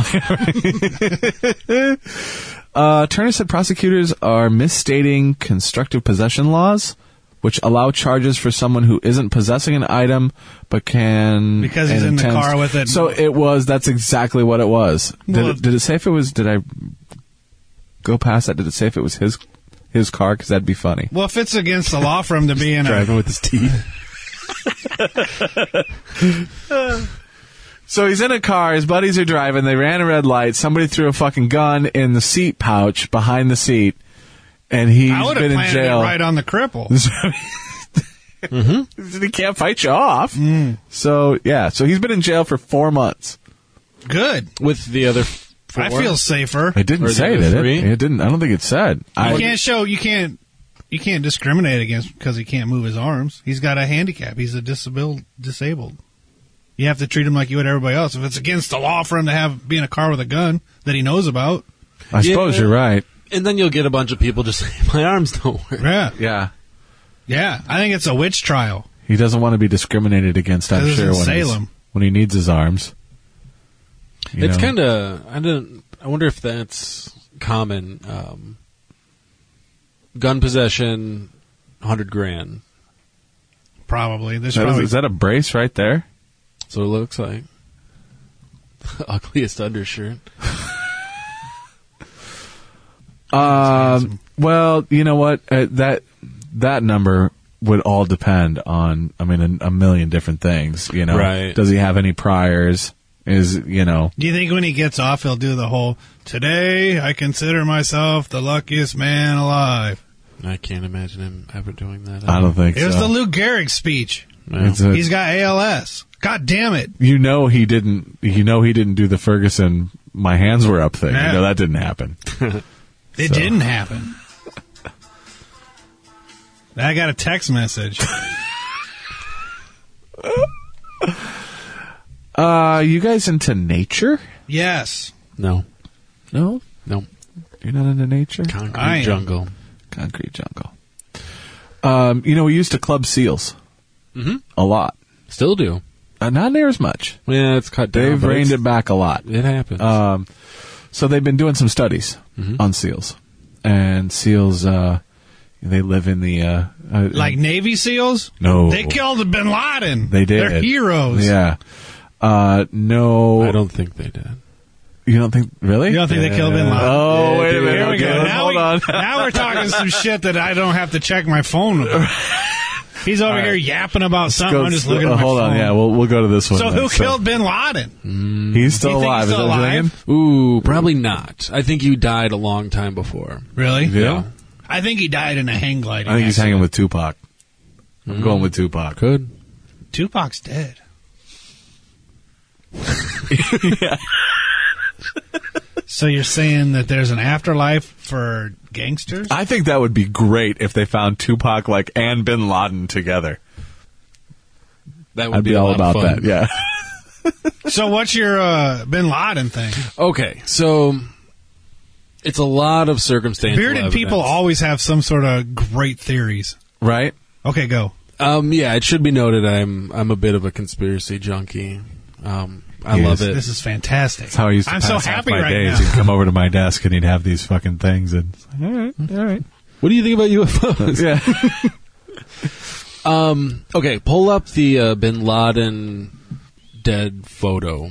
uh, Turner said prosecutors are misstating constructive possession laws, which allow charges for someone who isn't possessing an item but can Because he's and in the intends- car with it. So it was. That's exactly what it was. Well, did, it, did it say if it was? Did I go past that? Did it say if it was his his car? Because that'd be funny. Well, if it's against the law for him to be in a, Driving with his teeth. So he's in a car. His buddies are driving. They ran a red light. Somebody threw a fucking gun in the seat pouch behind the seat, and he's I would have been in planted jail. it right on the cripple. he can't fight you off. So yeah, so he's been in jail for four months. Good. With the other f- four. I feel safer. It didn't Or say the did it. three? It didn't. I don't think it said. You I, can't show. You can't. You can't discriminate against because he can't move his arms. He's got a handicap. He's a disabled. Disabled. You have to treat him like you would everybody else. If it's against the law for him to have be in a car with a gun that he knows about, I suppose Yeah. you're right. And then you'll get a bunch of people just saying, my arms don't work. yeah, Yeah, yeah. I think it's a witch trial. he doesn't want to be discriminated against. I'm This is sure in when he's- Salem. when he needs his arms. You it's know? kind of, I don't, I wonder if that's common. Um, gun possession, 100 grand. Probably. There's That is, probably is that a brace right there? So it looks like. <laughs> Ugliest undershirt. Um, well, you know what? Uh, that that number would all depend on. I mean, a, a million different things. You know, Right. does he have any priors? Is you know? Do you think when he gets off, he'll do the whole "Today I consider myself the luckiest man alive"? I can't imagine him ever doing that. I don't think It was so. the Lou Gehrig speech. No. It's a- He's got ALS. God damn it! you know he didn't. You know he didn't do the Ferguson. My hands were up thing. Yeah. You know that didn't happen. It So- didn't happen. I got a text message. Uh, you guys into nature? Yes, No. No, No. you're not into nature. Concrete I am. jungle. Concrete jungle. Um, you know we used to club seals Mhm. a lot. Still do. Uh, not near as much. Yeah, it's cut down. They've but reined it's- it back a lot. It happens. Um, so they've been doing some studies Mm-hmm. on seals, and seals uh, they live in the uh, uh, like Navy SEALs. No. they killed Bin Laden. Oh. they did They're heroes. Yeah. Uh, no, I don't think they did. You don't think really? You don't think they killed Bin Laden? Oh wait a minute. Here we okay, go. let's- Now, hold we, on. <laughs> <laughs> now we're talking some shit that I don't have to check my phone <laughs> about. He's over here yapping about something. Go- I'm just looking at uh, my hold phone. on. Yeah, we'll we'll go to this one. So then. who killed Bin Laden? He's still You think alive. he's still is that what you're alive? thinking? Ooh, probably not. I think you died a long time before. Really? Yeah. I think he died in a hang gliding. I think he's accident. hanging with Tupac. I'm Mm-hmm. going with Tupac. Could. Tupac's <laughs> dead. so you're saying that there's an afterlife for gangsters? I think that would be great if they found Tupac like and Bin Laden together. That would I'd be, a all lot about <laughs> of fun. that. Yeah. so what's your uh, Bin Laden thing? Okay, so it's a lot of circumstantial. Bearded people evidence. always have some sort of great theories. right? Okay, go. Um, yeah, it should be noted I'm I'm a bit of a conspiracy junkie. Um, I He love is. it. This is fantastic. That's how I used to I'm so pass off happy my right days. now. He'd come over to my desk and he'd have these fucking things. And All right, all right. What do you think about UFOs? Hmm. <laughs> yeah. Um, okay, pull up the uh, Bin Laden dead photo.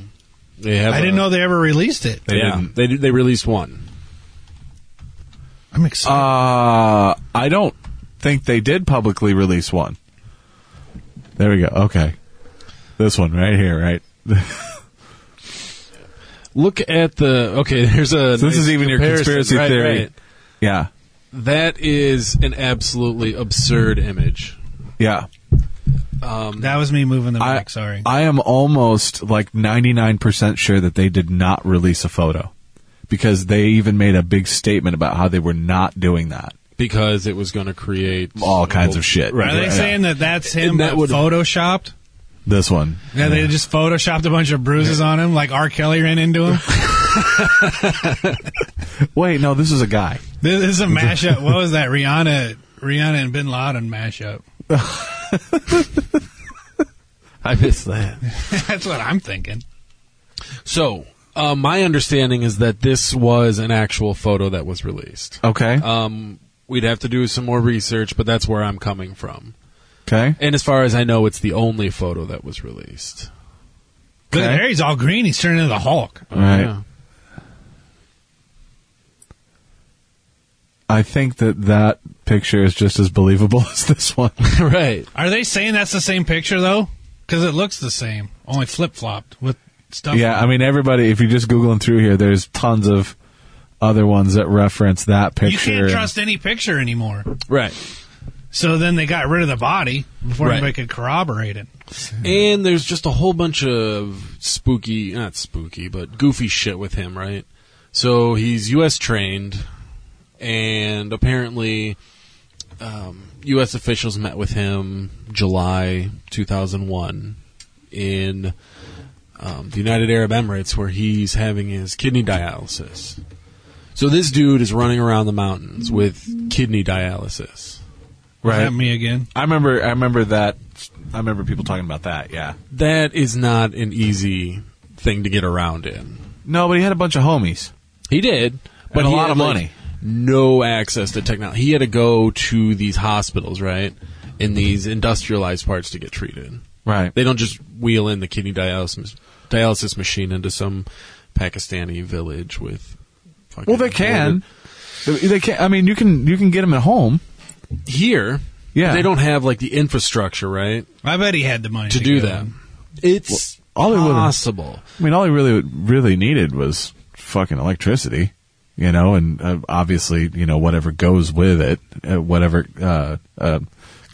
They have. I didn't a- know they ever released it. They yeah, they they released one. I'm excited. Uh, I don't think they did publicly release one. There we go. Okay. This one right here, right? Look at the okay. <laughs> There's a. So this is nice even your comparison. conspiracy Right, theory. right. Yeah. That is an absolutely absurd image. Yeah. Um, that was me moving the I- mic. Sorry. I am almost like 99% sure that they did not release a photo because they even made a big statement about how they were not doing that. because it was going to create All kinds of shit. Are they Yeah. saying that that's him And that that would- photoshopped? This one. Yeah, they just photoshopped a bunch of bruises on him, like R. Kelly ran into him. Wait, no, this is a guy. This is a mashup. What was that? Rihanna, Rihanna and Bin Laden mashup. <laughs> I missed that. That's what I'm thinking. So, uh, my understanding is that this was an actual photo that was released. Okay. Um, we'd have to do some more research, but that's where I'm coming from. Okay. And as far as I know, it's the only photo that was released. Look Okay. at there, he's all green. He's turning into the Hulk. All right. Yeah. I think that that picture is just as believable <laughs> as this one. <laughs> right. Are they saying that's the same picture though? Because it looks the same, only flip flopped with stuff. yeah, I mean, everybody, if you're just Googling through here, there's tons of other ones that reference that you picture. can't trust any picture anymore. Right. So then they got rid of the body before Right. anybody could corroborate it. And there's just a whole bunch of spooky, not spooky, but goofy shit with him, right? So he's U.S. trained, and apparently, um, U.S. officials met with him July 2001 in um, the United Arab Emirates, where he's having his kidney dialysis. So this dude is running around the mountains with kidney dialysis. Is right. that me again? I remember, I remember that. I remember people talking about that. Yeah. That is not an easy thing to get around in. No, but he had a bunch of homies. He did, but a he lot had, of like, money. no access to technology. He had to go to these hospitals, right, in Mm-hmm. these industrialized parts to get treated. Right. They don't just wheel in the kidney dialysis dialysis machine into some Pakistani village with. Fucking Well, they can. They, they can. I mean, you can you can get them at home. here. Yeah. they don't have like the infrastructure, right, I bet he had the money to to, do go. that. It's all they would've- possible. I mean, all he really really needed was fucking electricity, you know, and uh, obviously, you know, whatever goes with it, uh, whatever uh, uh,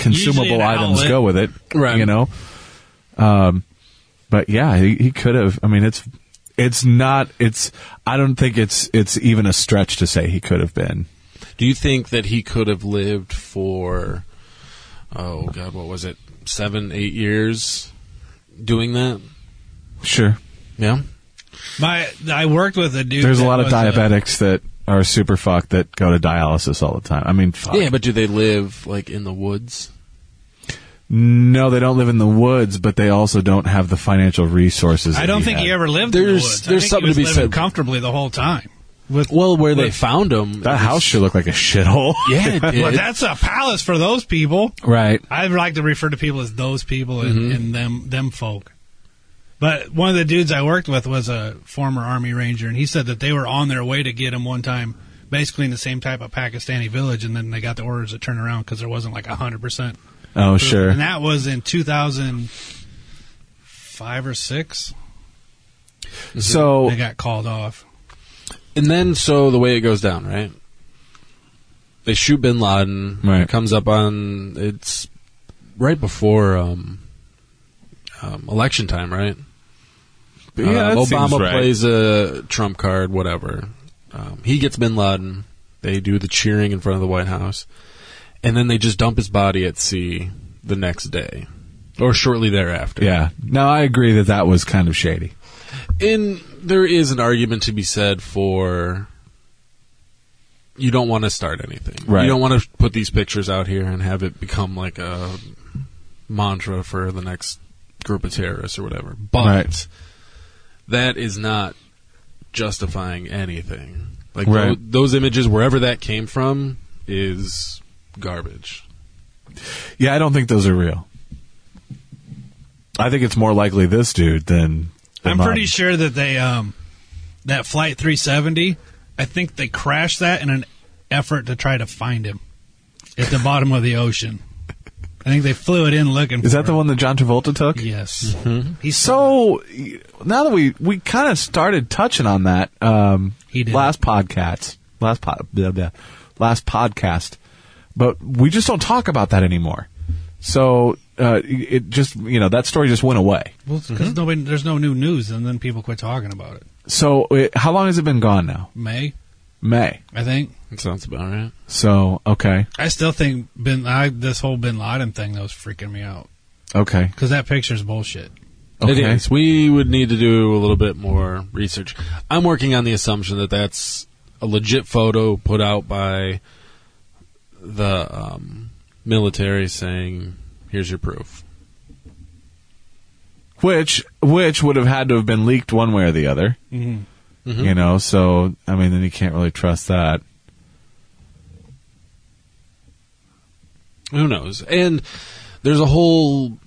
Usually consumable an items outlet. go with it, Right. You know, um, but yeah, he, he could have. I mean, it's it's not. It's I don't think it's it's even a stretch to say he could have been. Do you think that he could have lived for, oh God, what was it, seven, eight years doing that? Sure, Yeah. My, I worked with a dude. there's a that lot of was, uh, diabetics that are super fucked that go to dialysis all the time. I mean, fuck. Yeah, but do they live like in the woods? No, they don't live in the woods, but they also don't have the financial resources. I that don't think had. he ever lived. in the There's- woods. I think there's he something was to be living said. comfortably the whole time. With Well, where they found him. That it house was- should look like <laughs> a shithole. <laughs> Yeah, <laughs> it <laughs> did. well, that's a palace for those people. right. I like to refer to people as those people and, Mm-hmm. and them them folk. But one of the dudes I worked with was a former Army Ranger, and he said that they were on their way to get him one time, basically in the same type of Pakistani village, and then they got the orders to turn around because there wasn't like hundred percent. Oh, sure. And that was in two thousand five or six. So They got called off. and then so the way it goes down, right? They shoot Bin Laden. Right. It comes up on it's right before um, um, election time, right? yeah, Um, that Obama seems right. plays a Trump card, whatever. Um, he gets Bin Laden. They do the cheering in front of the White House, and then they just dump his body at sea the next day. or shortly thereafter. Yeah. No, I agree that that was kind of shady. And there is an argument to be said for you don't want to start anything. Right. You don't want to put these pictures out here and have it become like a mantra for the next group of terrorists or whatever. But Right. that is not justifying anything. Like Right. tho- those images, wherever that came from, is garbage. Yeah, I don't think those are real. I think it's more likely this dude than. than I'm mine. pretty sure that they um that flight 370. I think they crashed that in an effort to try to find him at the bottom of the ocean. I think they flew it in looking. Is for that the one that John Travolta took? Yes. He's so. Now that we we kind of started touching on that, um, he did. last podcast, last pod, blah, blah, last podcast, but we just don't talk about that anymore. So uh, it just you know that story just went away. Well, because Mm-hmm. nobody, there's no new news, and then people quit talking about it. So it, how long has it been gone now? May, May. I think. That sounds about right. So okay, I still think Bin. I, this whole Bin Laden thing that was freaking me out okay, because that picture's bullshit. It is. We would need to do a little bit more research. I'm working on the assumption that that's a legit photo put out by the um, military saying, "Here's your proof." which which would have had to have been leaked one way or the other. Mhm. Mhm. You know, so I mean, then you can't really trust that. Who knows? And there's a whole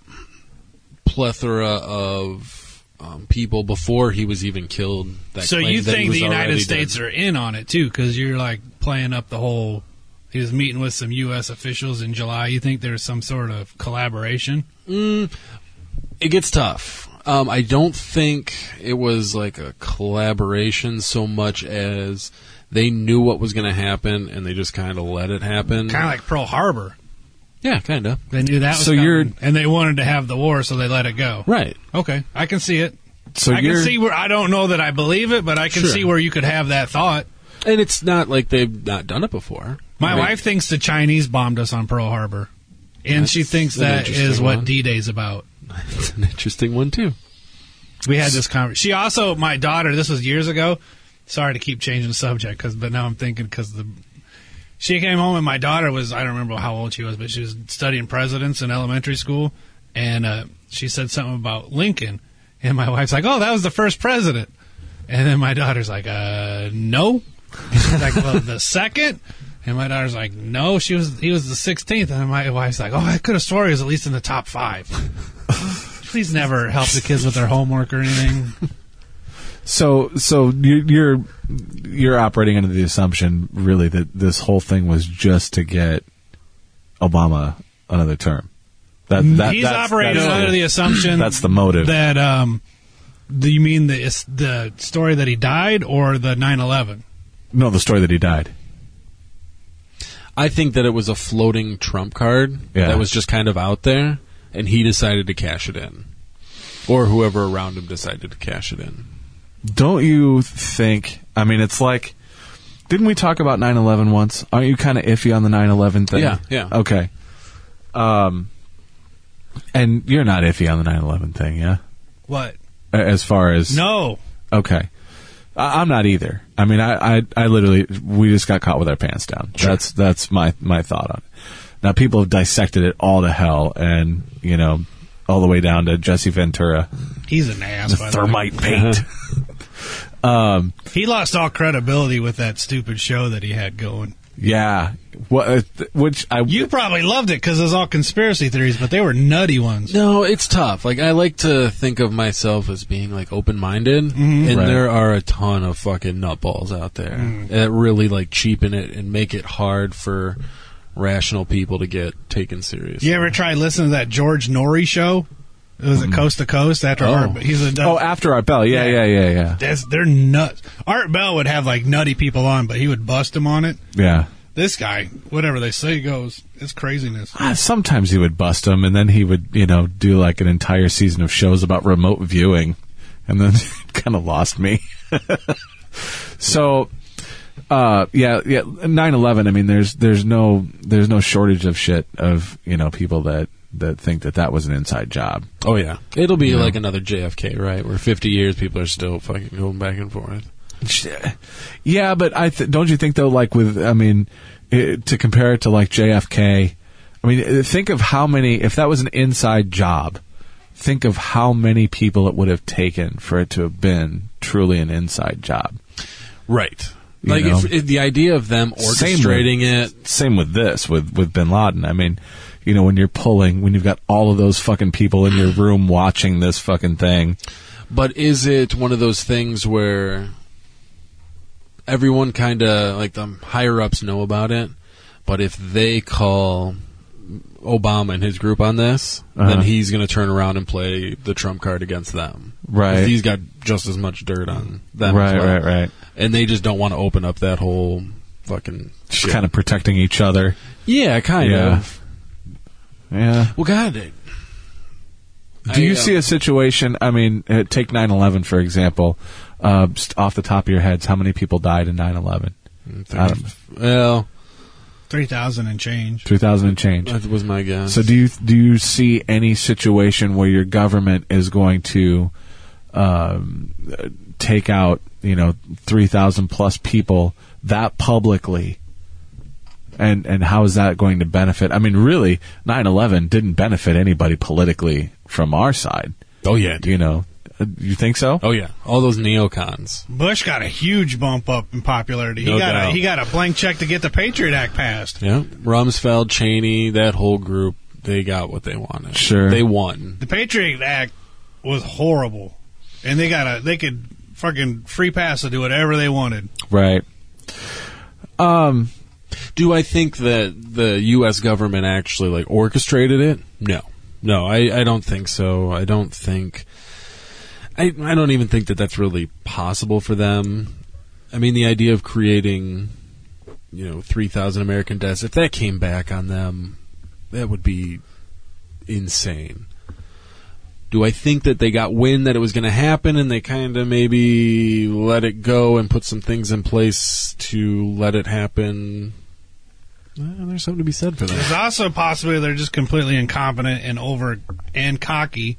plethora of um, people before he was even killed. That so claimed you that he think the was United already States dead. are in on it too? Because you're like playing up the whole. He was meeting with some U.S. officials in July. You think there's some sort of collaboration? Mm, it gets tough. Um, I don't think it was like a collaboration so much as they knew what was going to happen and they just kind of let it happen. Kind of like Pearl Harbor. yeah, kind of. They knew that. Was So you're- coming, and they wanted to have the war, so they let it go. Right. Okay, I can see it. So I can you're- see where I don't know that I believe it, but I can Sure. see where you could have that thought. And it's not like they've not done it before. My Right. wife thinks the Chinese bombed us on Pearl Harbor, and she That's thinks an that is interesting what one. D Day's about. <laughs> It's an interesting one, too. We had this conversation. She also, my daughter, this was years ago. Sorry to keep changing the subject, cause, but now I'm thinking because the she came home and my daughter was I don't remember how old she was, but she was studying presidents in elementary school, and uh, she said something about Lincoln, and my wife's like, "Oh, that was the first president," and then my daughter's like, "Uh, no," she's like, "Well, the second? And my daughter's like, "No, she was he was the 16th. and my wife's like, "Oh, I could have swore he was at least in the top five. Please never help the kids with their homework or anything. So, so you- you're you're operating under the assumption, really, that this whole thing was just to get Obama another term. That, that He's that's- operating that's <clears throat> under the assumption that's the motive. <clears throat> that um, do you mean the is the story that he died or the 9/11? no, the story that he died. I think that it was a floating trump card Yeah. that was just kind of out there, and he decided to cash it in. Or whoever around him decided to cash it in. Don't you think? I mean, it's like, didn't we talk about 9/11 once? Aren't you kind of iffy on the 9/11 thing? Yeah, yeah. Okay. Um, and you're not iffy on the 9/11 thing, yeah? What? A- As far as No. Okay. I, I'm not either. I mean, I, I, I literally, we just got caught with our pants down. That's, that's my, my thought on it. Now, people have dissected it all to hell and, you know, all the way down to Jesse Ventura, He's an ass. the by the way. thermite paint. <laughs> um, He lost all credibility with that stupid show that he had going. yeah. What, uh, which I, You probably loved it because it was all conspiracy theories, but they were nutty ones. No, it's tough. Like I like to think of myself as being like open-minded, and Mm-hmm. Right. Mm. there are a ton of fucking nutballs out there that really like cheapen it and make it hard for rational people to get taken seriously. You ever try listening to that George Norrie show? It Mm. was a coast to coast after Oh. Art. But he's a oh, after our bell. Yeah, yeah, yeah, yeah. that's, they're nuts. Art Bell would have like nutty people on, but he would bust them on it. Yeah. This guy, whatever they say goes, it's craziness. Ah, Sometimes he would bust him, and then he would, you know, do like an entire season of shows about remote viewing, and then <laughs> kind of lost me. <laughs> so, uh, yeah, yeah, nine eleven. I mean, there's there's no there's no shortage of shit of you know people that that think that that was an inside job. Oh yeah, it'll be You know? like another JFK, right? Where 50 years people are still fucking going back and forth. Yeah, but I th- don't you think though, like with I mean, it, to compare it to like JFK, I mean, think of how many if that was an inside job, think of how many people it would have taken for it to have been truly an inside job. Right. You Like know? if, if the idea of them Same orchestrating it. with, Same with this with with Bin Laden. I mean, you know, when you're pulling, when you've got all of those fucking people in your room watching this fucking thing. But is it one of those things where everyone kind of like the higher ups know about it, but if they call Obama and his group on this, Uh-huh. then he's going to turn around and play the trump card against them. Right. 'Cause He's got just as much dirt on them. Right, as well. right, right. And they just don't want to open up that whole fucking shit. Kind of protecting each other. yeah, kind Yeah. of. Yeah. Well, God, it- Do you I, uh, see a situation? I mean, uh, take 9 11, for example. Uh, just off the top of your heads, how many people died in 9 11? um, well, three thousand and change. 3,000 and change. that was my guess. So do you do you see any situation where your government is going to um, uh, take out you know three thousand plus people that publicly? And and how is that going to benefit? I mean, really, 9-11 didn't benefit anybody politically from our side. Oh yeah, you know, Uh, you think so? Oh yeah, all those neocons. Bush got a huge bump up in popularity. He No got a doubt. he got a blank check to get the Patriot Act passed. Yeah, Rumsfeld, Cheney, that whole group, they got what they wanted. Sure. they won. The Patriot Act was horrible, and they got a they could fucking free pass to do whatever they wanted. Right. Um, do I think that the U.S. government actually like orchestrated it? No, no, I, I don't think so. I don't think. I I don't even think that that's really possible for them. I mean, the idea of creating, you know, three thousand American deaths. If that came back on them, that would be insane. Do I think that they got wind that it was going to happen and they kind of maybe let it go and put some things in place to let it happen? Well, there's something to be said for that. There's also a possibility they're just completely incompetent and over and cocky,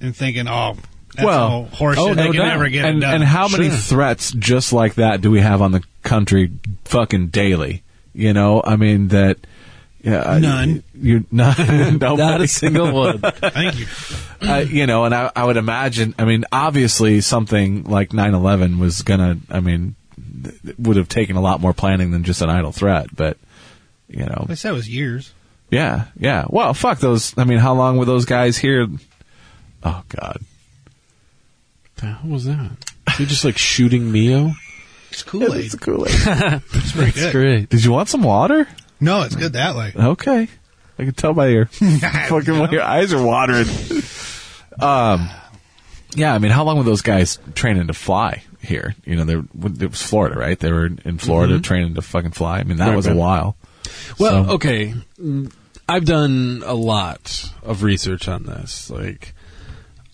and thinking, oh, that's all well, horseshit. oh, they no can doubt. never get and, it done. And how many Sure. threats just like that do we have on the country fucking daily? You know, I mean that. Yeah, None. You're <laughs> <laughs> not. Not a <laughs> single one. Thank you. uh, you know, and I, I would imagine. I mean, obviously, something like 9/11 was gonna. I mean, th- th- would have taken a lot more planning than just an idle threat. But you know, They said it was years. yeah, yeah. Well, fuck those. I mean, how long were those guys here? Oh God. the hell was that? You just like shooting Neo? It's Kool Aid. Kool Aid. It's pretty good. great. Did you want some water? No, it's good that way. Okay. I can tell <laughs> by your fucking way your eyes are watering. Um, yeah, I mean, how long were those guys training to fly here? You know, they were- it was Florida, right? They were in Florida training to fucking fly. I mean, that Right, was a right. while. Well, So- okay. Mm, I've done a lot of research on this, like,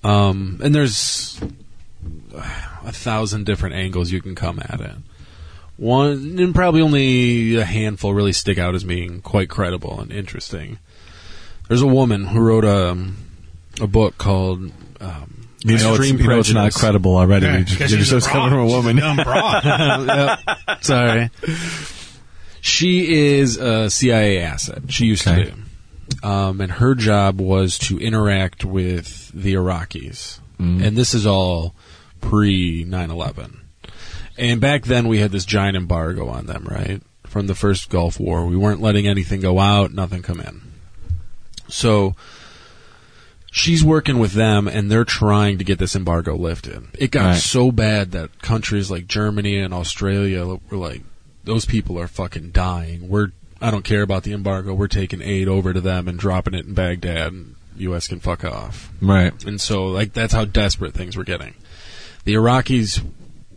um, and there's a thousand different angles you can come at it. One, and probably only a handful really stick out as being quite credible and interesting. There's a woman who wrote a a book called um, You know, it's, Extreme you know it's not Prejudice. credible already. Yeah, You just- 'cause you're she's a just coming from a broad. She's woman. dumb broad. <laughs> Yep. <laughs> Sorry. She is a CIA asset. She used Okay. to do. Um, and her job was to interact with the Iraqis. Mm-hmm. Mm-hmm. And this is all pre 9 11. And back then we had this giant embargo on them, right? From the first Gulf War. We weren't letting anything go out, nothing come in. So she's working with them and they're trying to get this embargo lifted. It got Right. so bad that countries like Germany and Australia were like, those people are fucking dying. We're, I don't care about the embargo. We're taking aid over to them and dropping it in Baghdad and U.S. can fuck off. Right. And so, like, that's how desperate things were getting. The Iraqis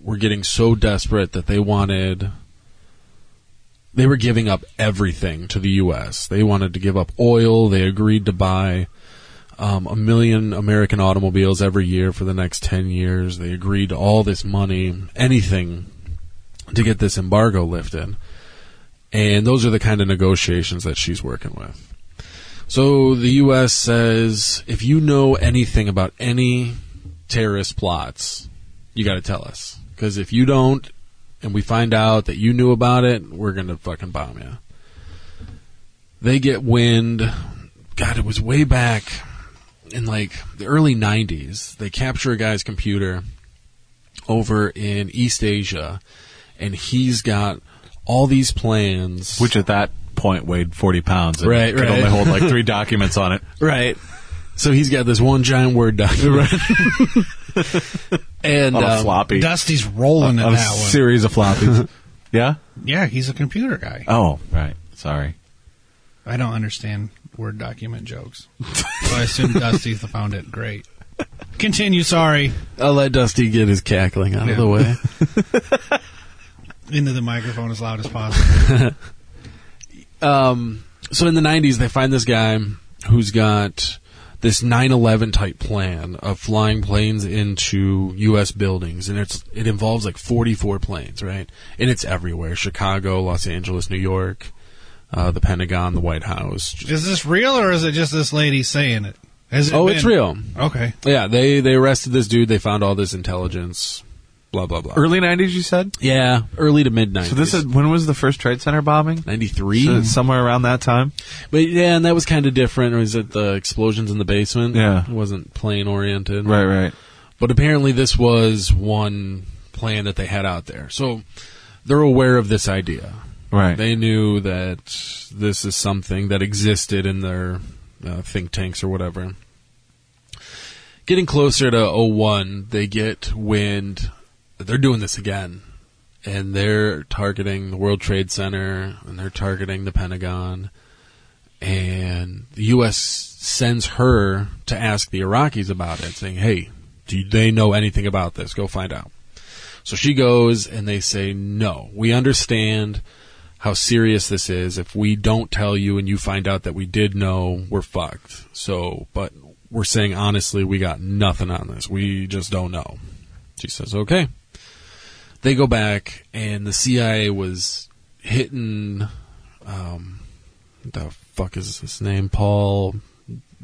were getting so desperate that they wanted. They were giving up everything to the U.S. They wanted to give up oil. They agreed to buy um, a million American automobiles every year for the next 10 years. They agreed to all this money, anything to get this embargo lifted. And those are the kind of negotiations that she's working with. So the U.S. says if you know anything about any terrorist plots, you got to tell us. Because if you don't, and we find out that you knew about it, we're gonna fucking bomb you. They get wind. God, it was way back in like the early '90s. They capture a guy's computer over in East Asia, and he's got all these plans. Which at that point weighed 40 pounds and Right, could right. only hold <laughs> like three documents on it. Right. So he's got this one giant word document. <laughs> and On a um, floppy. Dusty's rolling a, in a that one. series of floppies. <laughs> yeah? Yeah, he's a computer guy. Oh, right. Sorry. I don't understand word document jokes. so I assume Dusty's the found it. Great. Continue. Sorry. I'll let Dusty get his cackling out of the way. Into the microphone as loud as possible. um, so in the 90s, they find this guy who's got this 9/11 type plan of flying planes into U.S. buildings, and it's it involves like 44 planes, right? And it's everywhere: Chicago, Los Angeles, New York, uh, the Pentagon, the White House. Just- Is this real or is it just this lady saying it? Has it oh, been- it's real. Okay. Yeah, they they arrested this dude. They found all this intelligence. Blah blah blah. Early 90s, you said? yeah, early to mid 90s. So this is when was the first Trade Center bombing? 93. So it's somewhere around that time. But yeah, and that was kind of different. Or was it the explosions in the basement? Yeah. It wasn't plane oriented. Right, right. But apparently, this was one plan that they had out there. So they're aware of this idea. Right. They knew that this is something that existed in their uh, think tanks or whatever. Getting closer to 01, they get wind that they're doing this again. And they're targeting the World Trade Center and they're targeting the Pentagon. And the U.S. sends her to ask the Iraqis about it, saying, hey, do they know anything about this? Go find out. So she goes and they say, no, we understand how serious this is. If we don't tell you and you find out that we did know, we're fucked. So, but we're saying honestly, we got nothing on this. We just don't know. She says, okay. They go back and the CIA was hitting, um, what the fuck is his name? Paul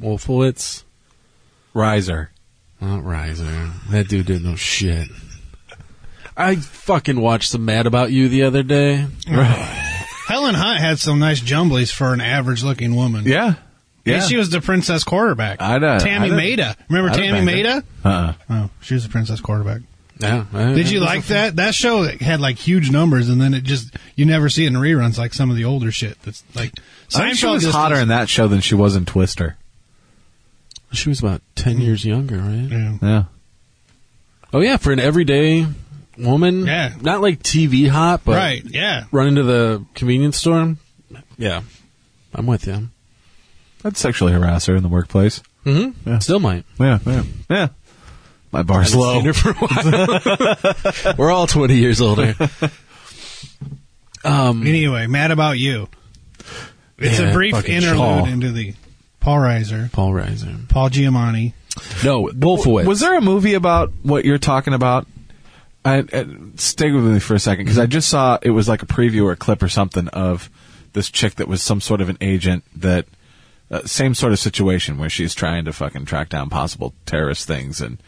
Wolfowitz? Riser. Not Riser. That dude didn't know shit. I fucking watched some Mad About You the other day. Helen Hunt had some nice jumblies for an average looking woman. Yeah. Yeah. Yeah. she was the princess quarterback. I'd, uh, Tammy I'd- Maida. Remember I'd Tammy banged Maida? Uh-uh. Oh, she was the princess quarterback. Yeah. I- Did I- you like that? That show had like huge numbers, and then it just you never see it in reruns like some of the older shit. That's like I think she Seinfeld was just- hotter in that show than she was in Twister. She was about 10 years younger, right? Yeah. Yeah. Oh, yeah, for an everyday woman. Yeah. Not like TV hot, but right. Yeah. run into the convenience store. Yeah. I'm with you. I'd sexually harass her in the workplace. hmm Yeah. Still might. Yeah, yeah, yeah. My bar's Haven't low. seen her for a while. <laughs> We're all 20 years older. Mm. Um, Anyway, mad about you. It's Yeah, a brief fucking interlude Paul. into the Paul Reiser, <laughs> Paul Reiser. Paul Giamatti. No, Wolfowitz. Was there a movie about what you're talking about? I, I, stay with me for a second because I just saw it was like a preview or a clip or something of this chick that was some sort of an agent that uh, same sort of situation where she's trying to fucking track down possible terrorist things and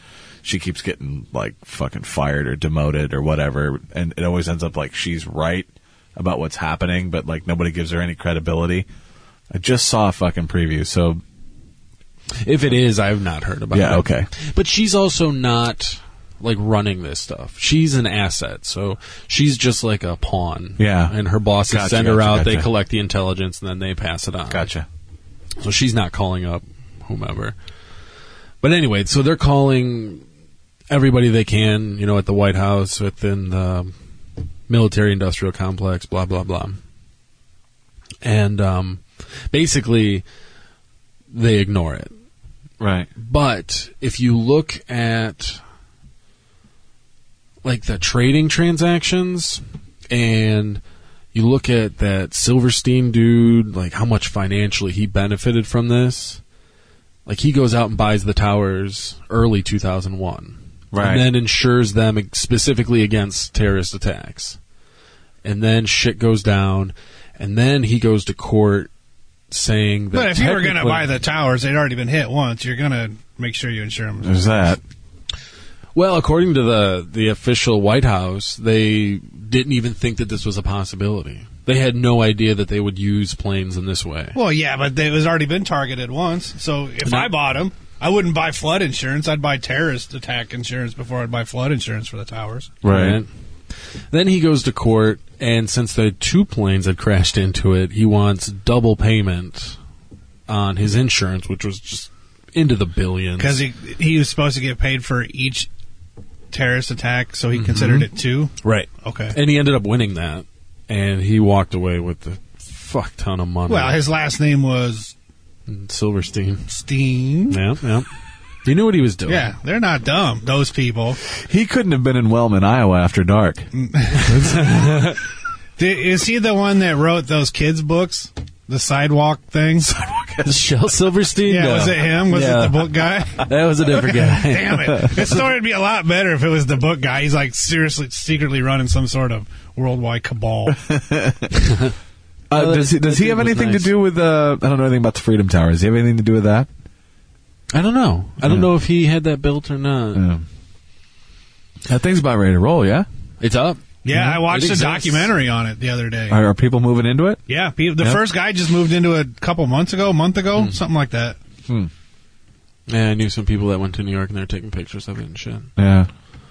she keeps getting like fucking fired or demoted or whatever and it always ends up like she's right about what's happening but like nobody gives her any credibility. I just saw a fucking preview, so If it is, I've not heard about it. Yeah, okay. But she's also not like running this stuff. She's an asset, so she's just like a pawn. Yeah. And her bosses Gotcha, send her gotcha, out, they gotcha. collect the intelligence and then they pass it on. gotcha. So she's not calling up whomever. But anyway, so they're calling everybody they can, you know, at the White House, within the military industrial complex, blah, blah, blah. And um, basically, they ignore it. Right. But if you look at like the trading transactions and you look at that Silverstein dude, like how much financially he benefited from this, like he goes out and buys the towers early 2001. Right. And then insures them specifically against terrorist attacks. And then shit goes down. And then he goes to court saying that. But if you were going to technically- buy the towers, they'd already been hit once. You're going to make sure you insure them. There's that. Well, according to the the official White House, they didn't even think that this was a possibility. They had no idea that they would use planes in this way. Well, yeah, but they, it was already been targeted once. So if I bought them, I wouldn't buy flood insurance. I'd buy terrorist attack insurance before I'd buy flood insurance for the towers. Right. Then he goes to court, and since the two planes had crashed into it, he wants double payment on his insurance, which was just into the billions. Because he, he was supposed to get paid for each terrorist attack, so he considered it two. Right. Mm-hmm. Okay. And he ended up winning that, and he walked away with a fuck ton of money. Well, his last name was Silverstein. Steen. Yeah, yeah. He knew what he was doing. Yeah, they're not dumb, those people. He couldn't have been in Wellman, Iowa after dark. Uh, Di- Is he the one that wrote those kids' books? The sidewalk thing? <laughs> Shel Silverstein? Yeah, No. was it him? Was No. it the book <laughs> guy? That was a different guy. <laughs> Damn it. This story would be a lot better if it was the book guy. He's like seriously, secretly running some sort of worldwide <laughs> cabal. Uh, that- does he, does that he have dude was anything nice. to do with? Uh, I don't know anything about the Freedom Tower. Does he have anything to do with that? I don't know. I don't know if he had that built or not. Uh, That thing's about ready to roll. Yeah. It's up. Yeah, I watched It a exists. documentary on it the other day. Are, are people moving into it? Yeah, pe- the Yep. Mm. first guy just moved into it a couple months ago, a month ago, something like that. Hmm. Yeah, I knew some people that went to New York and they're taking pictures of it and shit. Yeah.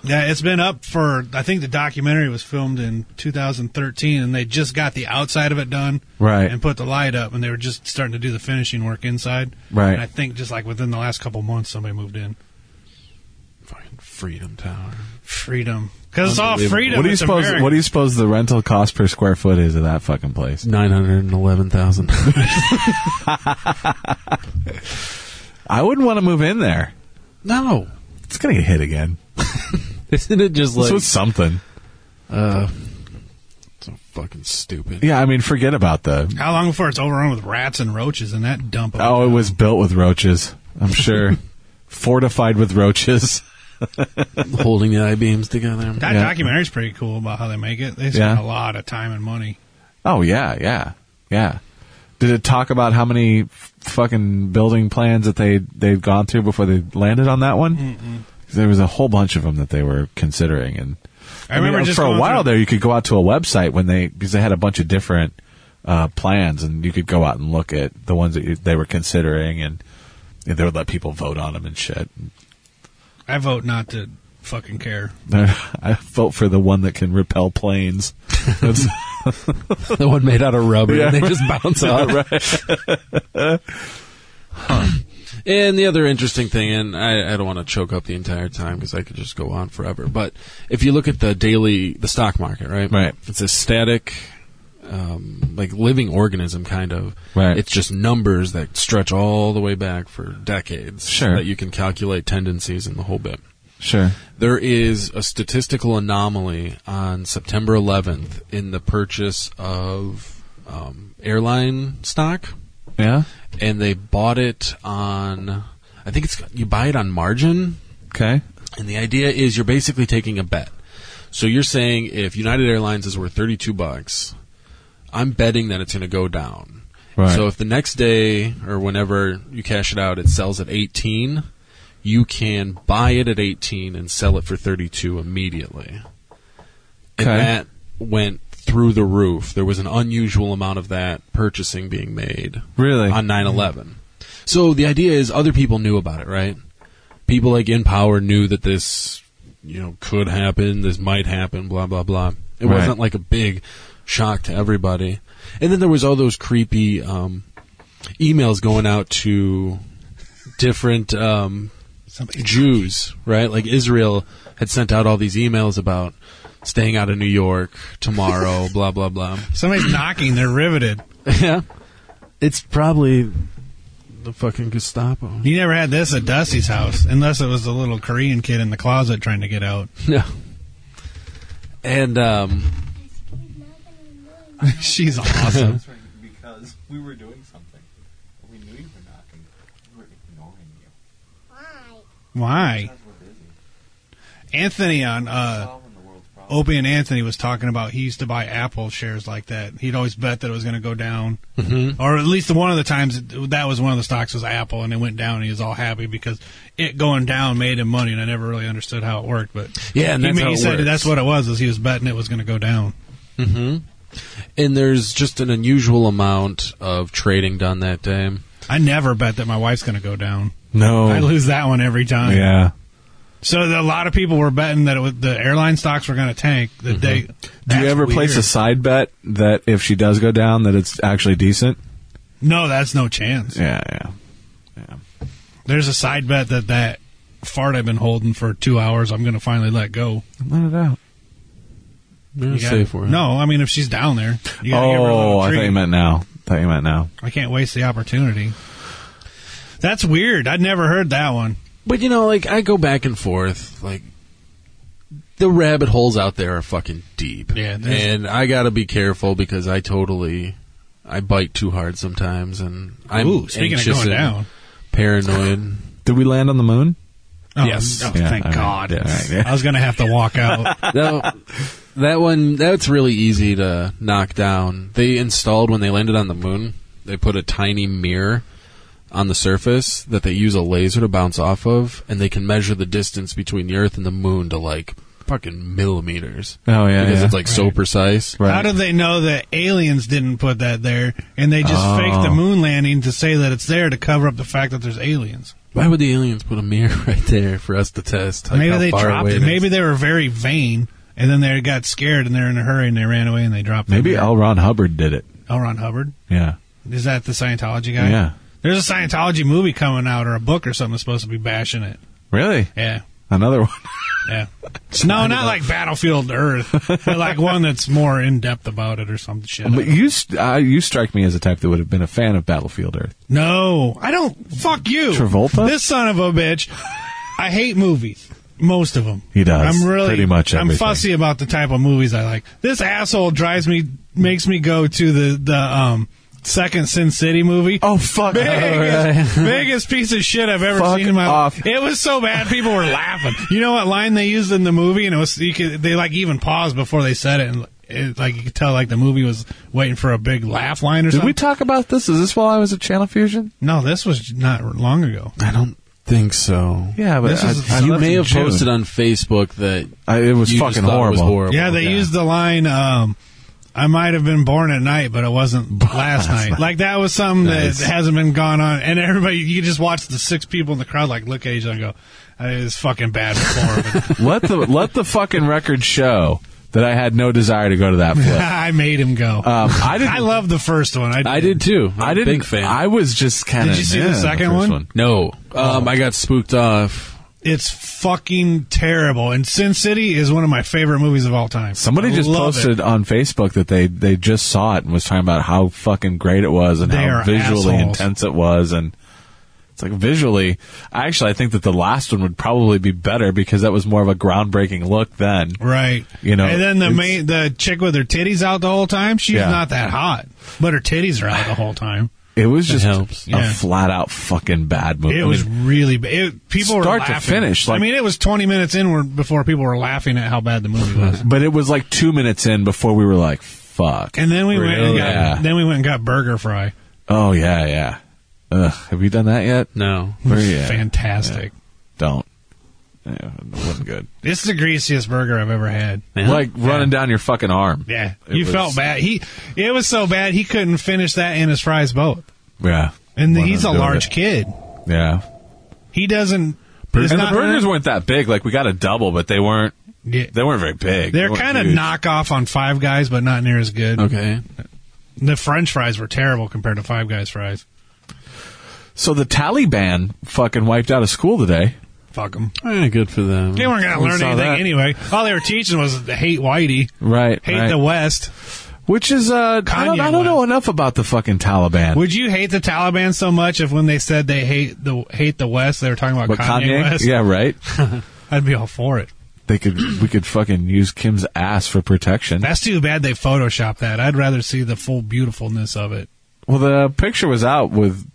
Yeah, it's been up for I think the documentary was filmed in 2013 and they just got the outside of it done. Right. And put the light up and they were just starting to do the finishing work inside. Right. And I think just like within the last couple months somebody moved in. Freedom Tower. Freedom. Cuz it's all freedom. What do you It's suppose? America. What do you suppose the rental cost per square foot is of that fucking place? Nine hundred and eleven thousand. <laughs> I wouldn't want to move in there. No, it's gonna get hit again. Isn't it just This like was something. uh, so fucking stupid? Yeah, I mean, forget about the. How long before it's overrun with rats and roaches in that dump? Of Oh, it was built with roaches. I'm <laughs> sure, fortified with roaches. Holding the I beams together. <laughs> that documentary's pretty cool about how they make it. They spend Yeah. a lot of time and money. Oh yeah, yeah, yeah. Did it talk about how many f- fucking building plans that they they've gone through before they landed on that one? 'Cause There was a whole bunch of them that they were considering, and I remember just for a going while through- there, you could go out to a website when they because they had a bunch of different uh, plans, and you could go out and look at the ones that you, they were considering, and, and they would let people vote on them and shit. <laughs> I vote not to fucking care. I vote for the one that can <laughs> repel planes. <laughs> That's- the one made out of rubber. and they just <laughs> bounce off. right. And the other interesting thing, and I, I don't want to choke up the entire time because I could just go on forever. But if you look at the daily, the stock market, right? Right. It's a static, um, like living organism, kind of. Right. It's just numbers that stretch all the way back for decades. Sure. That you can calculate tendencies and the whole bit. Sure. There is a statistical anomaly on September 11th in the purchase of um, airline stock Yeah. and they bought it on I think it's you buy it on margin. Okay. And the idea is you're basically taking a bet. So you're saying if United Airlines is worth 32 bucks, I'm betting that it's going to go down. Right. So if the next day or whenever you cash it out it sells at 18, you can buy it at 18 and sell it for 32 immediately. And Okay. that went through the roof. There was an unusual amount of that purchasing being made Really? on 9/11. So the idea is other people knew about it, right? People like in power knew that this, you know, could happen, this might happen, blah blah blah. It Right. wasn't like a big shock to everybody. And then there was all those creepy um, emails going out to different um, Jews, right? Like Israel had sent out all these emails about staying out of New York tomorrow, blah blah blah. Somebody's <clears throat> knocking. They're riveted. Yeah. It's probably the fucking Gestapo. You never had this at Dusty's house, unless it was the little Korean kid in the closet trying to get out. No. And um <laughs> She's awesome. because we were doing something. We knew you were knocking. We were ignoring you. Why? Anthony on uh, Solving the world's problems. Opie and Anthony was talking about he used to buy Apple shares like that. He'd always bet that it was going to go down, Mm-hmm. Mhm. or at least one of the times it- that was one of the stocks was Apple, and it went down. and He was all happy because it going down made him money, and I never really understood how it worked. But Yeah, and he, that's ma- how he it said works. that's what it was. Is he was betting it was going to go down. Mm-hmm. And there's just an unusual amount of trading done that day. I never bet that my wife's going to go down. No. I lose that one every time. Yeah. So the- a lot of people were betting that it was, the airline stocks were going to tank. That they Mm-hmm. Do you ever place a side bet that if she does go down, that it's actually decent? No, that's no chance. Yeah, yeah. There's a side bet that that fart I've been holding for two hours, I'm going to finally let go. Let it out. You gotta- No, I mean if she's down there, you gotta give her a Oh, little I treat. thought you meant now. thought you meant now. I can't waste the opportunity. That's weird. I'd never heard that one. But you know, like I go back and forth. Like the rabbit holes out there are fucking deep. Yeah, there's- and I gotta be careful because I totally I bite too hard sometimes, and I'm Ooh, speaking of anxious going and down. paranoid. Did we land on the moon? Oh, Yes. oh, Yeah, thank all right. God. Yeah, all right, yeah. I was going to have to walk <laughs> out. no, that one that's really easy to knock down. They installed when they landed on the moon. They put a tiny mirror on the surface that they use a laser to bounce off of, and they can measure the distance between the Earth and the moon to like fucking millimeters. Oh, yeah, because yeah. it's like so precise. How do they know that aliens didn't put that there and they just Oh. faked the moon landing to say that it's there to cover up the fact that there's aliens? Why would the aliens put a mirror <laughs> right there for us to test? like, Maybe how they far dropped away it. is? Maybe they were very vain and then they got scared and they're in a hurry and they ran away and they dropped Maybe it. L. Ron Hubbard did it. L. Ron Hubbard. Yeah. Is that the Scientology guy? Yeah. There's a Scientology movie coming out or a book or something that's supposed to be bashing it. Really? Yeah. Another one. <laughs> Yeah. no, not like Battlefield Earth, but like one that's more in depth about it or some shit. But you, st- uh, you strike me as a type that would have been a fan of Battlefield Earth. No, I don't. Fuck you, Travolta? This son of a bitch. I hate movies, most of them. He does, I'm really pretty much I'm everything. fussy about the type of movies I like. This asshole drives me, makes me go to the the um second Sin City movie. <laughs> Oh fuck, biggest, <laughs> biggest piece of shit I've ever Fuck seen in my off. life. It was so bad, people were laughing. You know what line they used in the movie, and it was you could, they like even paused before they said it, and it, like you could tell like the movie was waiting for a big laugh line or Did something. we talk about this? Is this while I was at Channel Fusion? No, this was not long ago. I don't think so. Yeah, but This is- I- I- you that's may in have June. posted on Facebook that I- it was you fucking just thought It was horrible. horrible. Yeah, they used the line. Um, I might have been born at night, but it <laughs> wasn't last night. Like that was something Nice. that hasn't been gone on, and everybody you just watch the six people in the crowd like look at each other and go, "It's fucking bad before." But let the let the fucking record show that I had no desire to go to that <laughs> <laughs> place. I made him go. Um, I didn't. I love the first one. I, I did too. I'm I didn't. A big fan. I was just kind of. Did you see the second one? no, um, I got spooked off. It's fucking terrible. And Sin City is one of my favorite movies of all time. Somebody I just love it. posted on Facebook that they they just saw it and was talking about how fucking great it was and They how are visually assholes. intense it was and. It's like visually, actually, I think that the last one would probably be better because that was more of a groundbreaking look then. Right. You know, and then the it's- main the chick with her titties out the whole time, she's Yeah. not that hot, but her titties are out the whole time. It was just helps. a Yeah. flat out fucking bad movie. It I was mean, really ba- it, people were Start to laughing. finish, like- I mean, it was 20 minutes inward before people were laughing at how bad the movie <laughs> was. but it was like two minutes in before we were like, "Fuck." And then we went and got Yeah. then we went and got burger fry. Oh yeah, yeah. Ugh, have you done <laughs> that yet? No, Where you at? Fantastic. Don't. Yeah, it wasn't good. It's the greasiest burger I've ever had. Like running down your fucking arm. Yeah. It you was- felt bad. He it was so bad he couldn't finish that and his fries both. Yeah. And Why he's a not do large it? kid. Yeah. He doesn't it's and the not- burgers weren't that big. Like we got a double, but they weren't. Yeah. They weren't very big. They're kind of knockoff on Five Guys, but not near as good. Okay. The French fries were terrible compared to Five Guys fries. So the Taliban fucking wiped out a school today. Fuck them. Eh, good for them. They weren't going to We learn saw anything that. anyway. All they were teaching was to hate whitey, Right. hate right. the West. Which is uh, I don't, Kanye I don't know went. enough about the fucking Taliban. Would you hate the Taliban so much if when they said they hate the hate the West, they were talking about but Kanye, Kanye, West? yeah, right. <laughs> I'd be all for it. They could we could fucking use Kim's ass for protection. That's too bad they photoshopped that. I'd rather see the full beautifulness of it. Well, the picture was out with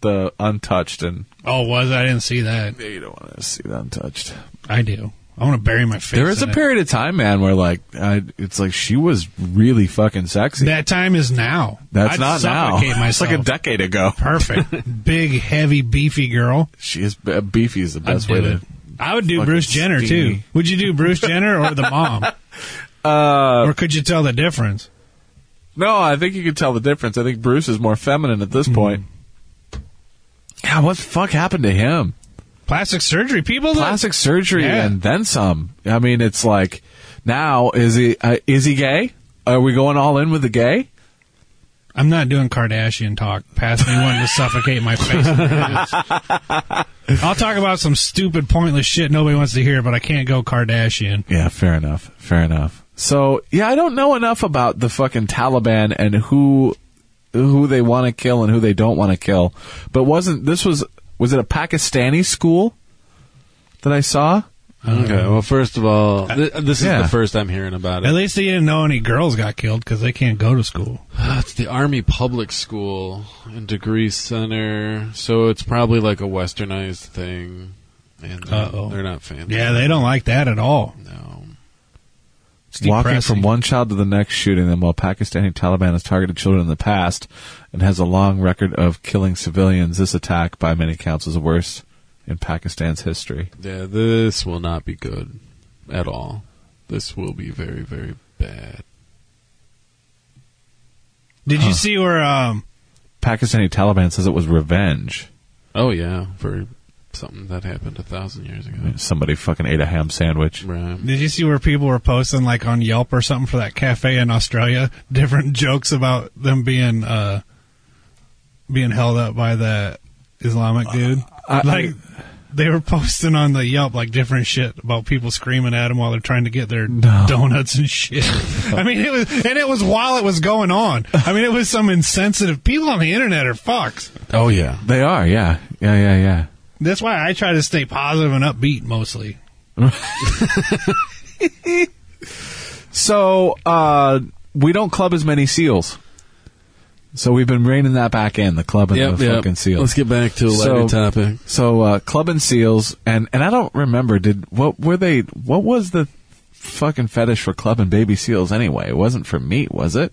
the untouched, and Oh, was I didn't see that. you don't want to see the untouched. I do. I want to bury my face. There was a in it. period of time, man, where like I, it's like she was really fucking sexy. That time is now. That's I'd not now. suffocate <laughs> It's like a myself. decade ago. <laughs> Perfect. Big, heavy, beefy girl. She is uh, beefy is the best I'd way do to. it. I would do fucking Bruce Jenner steamy. too. Would you do Bruce Jenner or the mom? <laughs> Uh, or could you tell the difference? No, I think you can tell the difference. I think Bruce is more feminine at this point. Yeah, what the fuck happened to him? Plastic surgery, people. that- Plastic surgery Yeah. and then some. I mean, it's like now is he uh, is he gay? Are we going all in with the gay? I'm not doing Kardashian talk. Past me wanting to suffocate my face. I'll talk about some stupid, pointless shit nobody wants to hear, but I can't go Kardashian. Yeah, fair enough. Fair enough. So yeah, I don't know enough about the fucking Taliban and who who they want to kill and who they don't want to kill. But wasn't this was was it a Pakistani school that I saw? Okay. Well, first of all, th- this is Yeah. the first I'm hearing about At it. least they didn't know any girls got killed because they can't go to school. Uh, It's the Army Public School and Degree Center, so it's probably like a westernized thing, and they're, Uh-oh. they're not fans. Yeah, they don't like that at all. No. It's Walking depressing. from one child to the next, shooting them while Pakistani Taliban has targeted children in the past and has a long record of killing civilians. This attack, by many counts, is the worst in Pakistan's history. Yeah, this will not be good at all. This will be very, very bad. Did you see where? Um, Pakistani Taliban says it was revenge. Oh yeah, for something that happened a thousand years ago. Somebody fucking ate a ham sandwich. Right. did you see where people were posting like on Yelp or something for that cafe in Australia? <laughs> Different jokes about them being uh, being held up by that Islamic dude. Uh, I- like they were posting on the Yelp like different shit about people screaming at them while they're trying to get their donuts and <laughs> shit. I mean, it was and it was while it was going on. I mean, it was some insensitive people on the internet are fucks. Oh yeah, they are. Yeah, yeah, yeah, yeah. That's why I try to stay positive and upbeat mostly. So uh, we don't club as many seals. So we've been reining that back in the club and Yep, the yep. fucking seals. Let's get back to a lighter topic. So uh, club and seals, and and I don't remember. Did what were they? What was the fucking fetish for club and baby seals anyway? It wasn't for meat, was it?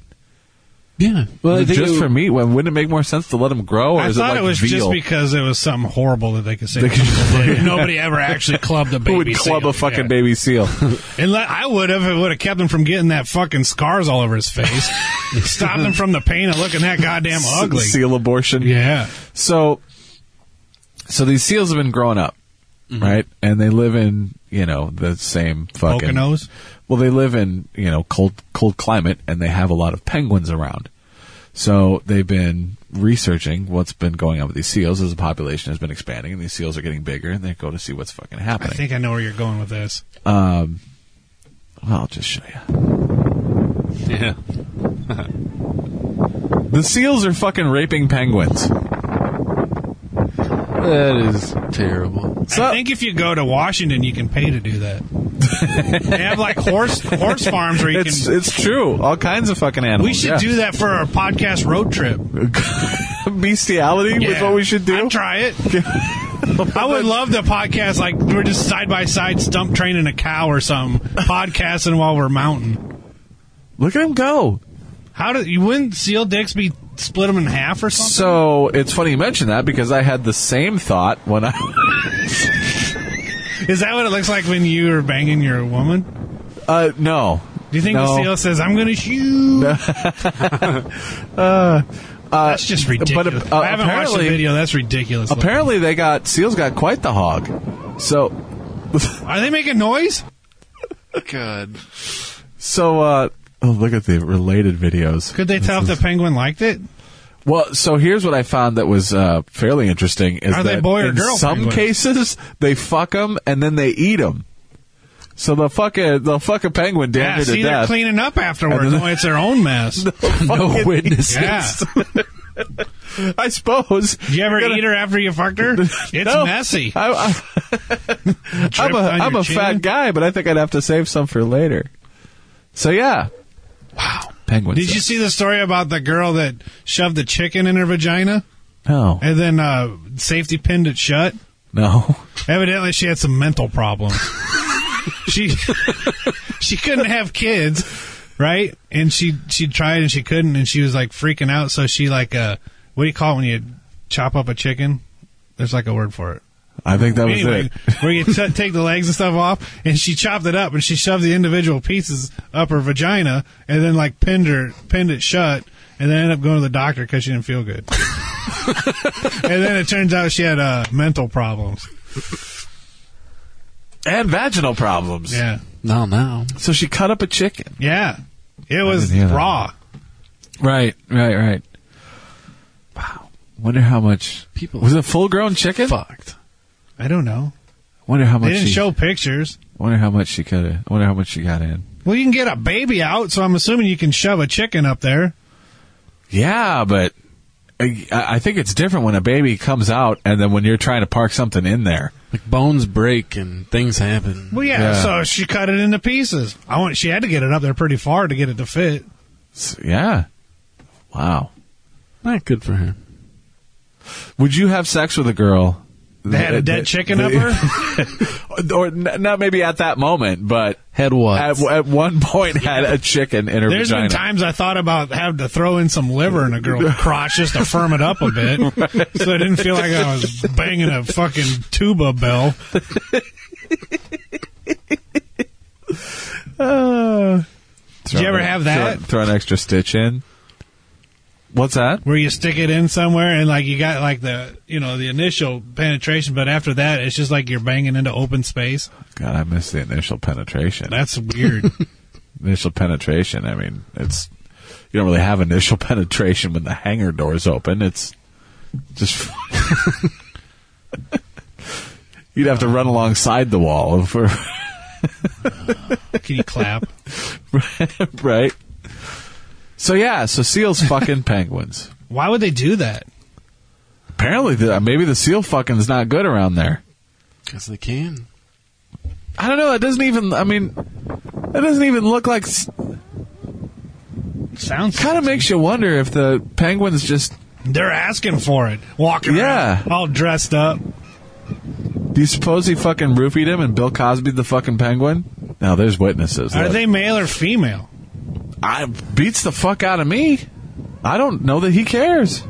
Yeah. Well, I think just it- for meat. When wouldn't it make more sense to let them grow? Or I is thought it like it was just veal? because it was something horrible that they could say. They could just- Like, nobody ever actually clubbed a baby. <laughs> Who would club seal. a fucking <laughs> baby seal? Yeah. Unle- I would have. It would have kept him from getting that fucking scars all over his <laughs> face. Stopped him from the pain of looking that goddamn S- ugly. seal abortion. Yeah. So, so these seals have been growing up, Mm-hmm. right? And they live in you know the same fucking. Poconos? Well, they live in you know cold cold climate, and they have a lot of penguins around. So they've been researching what's been going on with these seals as the population has been expanding, and these seals are getting bigger, and they go to see what's fucking I happening. think I know where you're going with this. um, well, I'll just show you. Yeah. The seals are fucking raping penguins. That is terrible. I think if you go to Washington, you can pay to do that. they have like horse horse <laughs> farms where you It's can. it's true. All kinds of fucking animals. we should yeah. do that for our podcast road trip. <laughs> bestiality Yeah. is what we should do. I'd try <laughs> it. I would love the podcast. Like we're just side by side, stump training a cow or something, podcasting while we're mountain. Look at him go. How do you wouldn't seal dicks be split them in half or something? So it's funny you mention that because I had the same thought when I <laughs> Is that what it looks like when you are banging your woman? uh no. Do you think No. the seal says, "I'm going to <laughs> shoot"? That's just ridiculous. Uh, but, uh, I haven't watched the apparently- video. That's ridiculous. looking. Apparently they got seals got quite the hog. So are they making noise? God. so uh oh look at the related videos. Could they tell if the penguin liked it? Well, so here's what I found that was uh, fairly interesting: is Are they that boy or in girl some penguins? cases they fuck them and then they eat them. So they'll fuck a they'll fuck a penguin down Yeah, to see, they're death. <laughs> cleaning up afterwards. And then- Oh, it's their own <laughs> mess. no witnesses. Yeah. <laughs> I suppose. Did you ever Gotta- eat her after you fucked her? It's <laughs> No. messy. I, <laughs> I, I'm a, on I'm your a fat chin? guy, but I think I'd have to save some for later. So yeah. Wow. Penguins. Did you see the story about the girl that shoved the chicken in her vagina No. and then uh, safety pinned it shut? No. <laughs> Evidently, she had some mental problems. <laughs> she <laughs> she couldn't have kids, right? And she she tried and she couldn't, and she was like freaking out. So she like uh, what do you call it when you chop up a chicken? There's like a word for it. I think that was Anyway, it. where you t- take the legs and stuff off, and she chopped it up and she shoved the individual pieces up her vagina, and then like pinned her pinned it shut, and then ended up going to the doctor because she didn't feel <laughs> good. and then it turns out she had uh, mental problems. And vaginal problems. Yeah. No, no. So she cut up a chicken. Yeah, it was didn't hear that. raw. Right, right, right. Wow. Wonder how much people was it a full grown chicken? Fucked. I don't know. Wonder how much They didn't she, show pictures. Wonder how much she cut in. Wonder how much she got in. Well, you can get a baby out, so I'm assuming you can shove a chicken up there. Yeah, but I, I think it's different when a baby comes out and then when you're trying to park something in there. Like bones break and things happen. Well, yeah, so she cut it into pieces. I want. She had to get it up there pretty far to get it to fit. yeah. Wow. Not good for her. Would you have sex with a girl? They had a that- dead that- chicken that- up <laughs> her. or n- not maybe at that moment, but had what at, at one point had a chicken in her There's vagina. been times I thought about having to throw in some liver in a girl's crotch just to firm it up a <laughs> bit, so I didn't feel like I was banging a fucking tuba bell. Did you ever have that? Throw, throw an extra stitch in. What's that? Where you stick it in somewhere and like you got like the you know the initial penetration, but after that it's just like you're banging into open space. God, I missed the initial penetration. That's weird. initial penetration. I mean, it's you don't really have initial <laughs> penetration when the hangar door's open. It's just <laughs> you'd have to run alongside the wall <laughs> for Can you clap? right. So yeah, so seals fucking <laughs> penguins. Why would they do that? Apparently, the, maybe the seal fucking's not good around there. Because they can. I don't know. It doesn't even. I mean, it doesn't even look like. Sounds kind of makes you wonder if the penguins just. They're asking for it. Walking Yeah. around all dressed up. Do you suppose he fucking roofied him and Bill Cosby the fucking penguin? Now there's witnesses. Are Look. they male or female? I beats the fuck out of me. I don't know that he cares.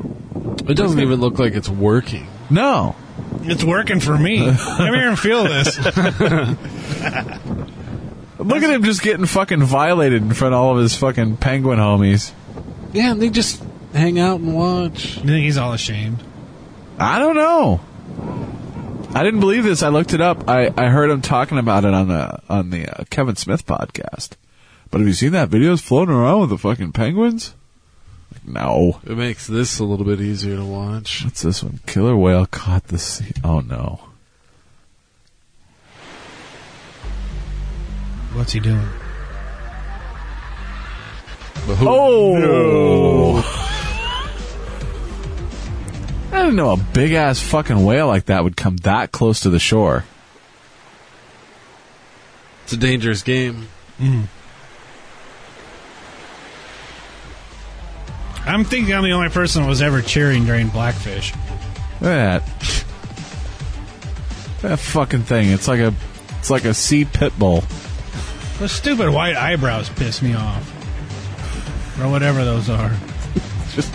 It doesn't even look like it's working. No. It's working for me. <laughs> Come here and feel this. Look at him just getting fucking violated in front of all of his fucking penguin homies. Yeah, and they just hang out and watch. You think he's all ashamed? I don't know. I didn't believe this. I looked it up. I, I heard him talking about it on the on the uh, Kevin Smith podcast. But have you seen that videos floating around with the fucking penguins? Like, no. It makes this a little bit easier to watch. What's this one? Killer whale caught the sea. Oh no. What's he doing? Oh. I didn't know a big ass fucking whale like that would come that close to the shore. It's a dangerous game. I'm thinking I'm the only person that was ever cheering during Blackfish. Look at that. That fucking thing. It's like a it's like a sea pit bull. Those stupid white eyebrows piss me off. Or whatever those are. Just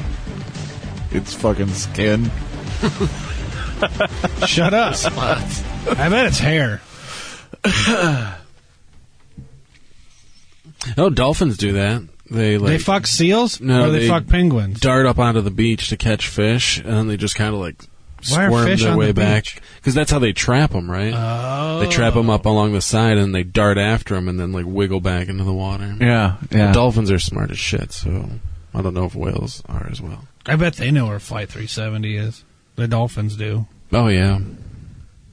it's fucking skin. Shut up. I bet it's hair. Oh, dolphins do that. They like they fuck seals? no, or they, fuck penguins? Dart up onto the beach to catch fish, and then they just kind of like Why are squirm fish their on way the back because that's how they trap them, right? Oh. They trap them up along the side, and they dart after them, and then like wiggle back into the water. Yeah, yeah. The dolphins are smart as shit, so I don't know if whales are as well. I bet they know where Flight 370 is. The dolphins do. Oh yeah,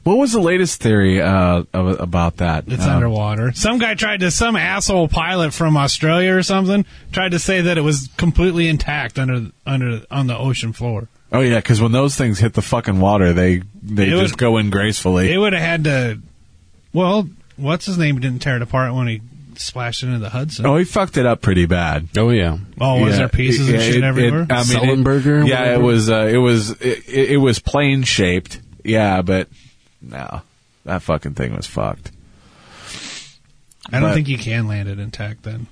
What was the latest theory uh, of, about that? It's Um, underwater. Some guy tried to, some asshole pilot from Australia or something, tried to say that it was completely intact under under on the ocean floor. Oh yeah, because when those things hit the fucking water, they they It just was- go in gracefully. They would have had to. Well, what's his name didn't tear it apart when he splashed into the Hudson. oh, he fucked it up pretty bad. oh yeah. Oh, was there pieces it- and shit it- it- everywhere? I mean, it- Sullenberger, yeah, whatever. it was. Uh, it was. It, it, it was plane shaped. Yeah, but no, that fucking thing was fucked. I don't But- think you can land it intact then.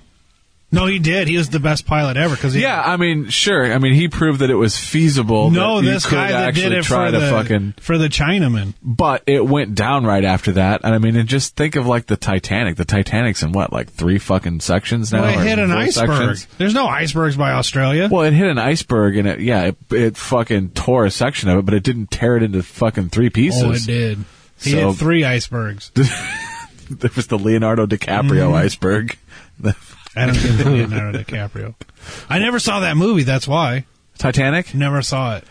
No, he did. He was the best pilot ever because he Yeah, I mean, sure. I mean, he proved that it was feasible. no, that you this could guy that actually did it try for to the fucking. for the Chinaman. But it went down right after that, and I mean, and just think of like the Titanic. The Titanic's in what, like three fucking sections now? Well, or it hit an four iceberg. sections? There's no icebergs by Australia. Well, it hit an iceberg, and it yeah, it, it fucking tore a section of it, but it didn't tear it into fucking three pieces. Oh, it did. He So- hit three icebergs. <laughs> there was the Leonardo DiCaprio Mhm. iceberg. I don't give a Leonardo DiCaprio. I never saw that movie. That's why Titanic. Never saw it.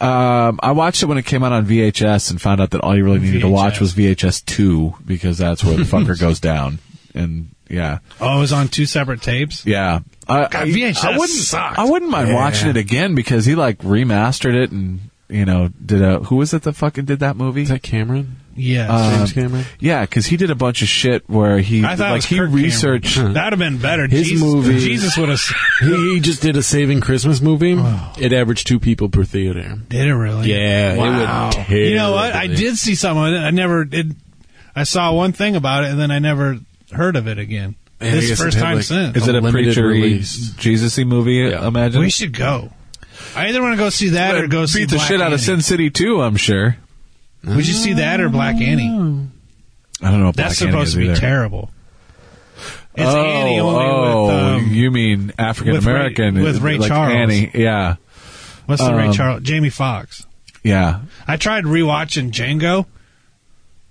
Um, I watched it when it came out on VHS and found out that all you really needed to watch was VHS two because that's where <laughs> the fucker goes down. And yeah, Oh, it was on two separate tapes. yeah. I, God, VHS I wouldn't. sucked. I wouldn't mind Yeah. watching it again because he like remastered it and you know did a who was it that fucking did that movie? Is that Cameron? Yeah, Um, James Cameron? Yeah, because he did a bunch of shit where he I thought it like was he Kirk researched Cameron. That'd have been better. His Jesus, movie- Jesus would have. He, he just did a Saving Christmas movie. It averaged two people per theater. Did it really? Oh. Yeah, it Wow. would tear you know what? I everything. did see some of it. I never did. I saw one thing about it, and then I never heard of it again. Yeah, I this guess it first had, time like- since. Is it a Limited preacher release. Jesus-y movie? Imagine We should go. I either want to go see that or go beat see the Black shit out of Annie. Sin City 2, I'm sure. Would you see that or Black Annie? I don't know. What That's Black Annie supposed is to be either. terrible. It's oh, Annie only oh, with um, you mean African American with Ray- with Ray like Charles. Annie? Yeah, what's the Ray Um, Charles? Jamie Foxx. yeah. I tried rewatching Django.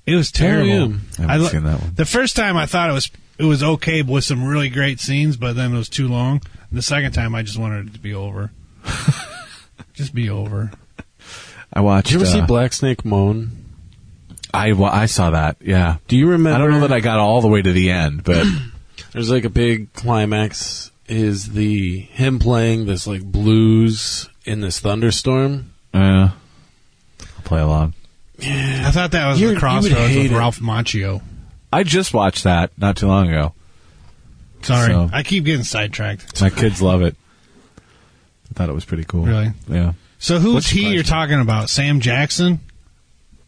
It was Oh, terrible. yeah. I haven't lo- seen that one. The first time I thought it was it was okay with some really great scenes, but then it was too long. And the second time I just wanted it to be <laughs> over. just be over. I watched. Did you ever see uh, Black Snake Moan? I wa- I saw that. Yeah. Do you remember? I don't know that I got all the way to the end, <clears throat> but There's like a big climax. Is the him playing this like blues in this thunderstorm? uh, I'll play along. I thought that was You're- the you would crossroads hate with it. Ralph Macchio. I just watched that not too long ago. Sorry, So- I keep getting sidetracked. My kids love it. I thought it was pretty cool. Really? Yeah. So who's What's he you're talking about? Sam Jackson,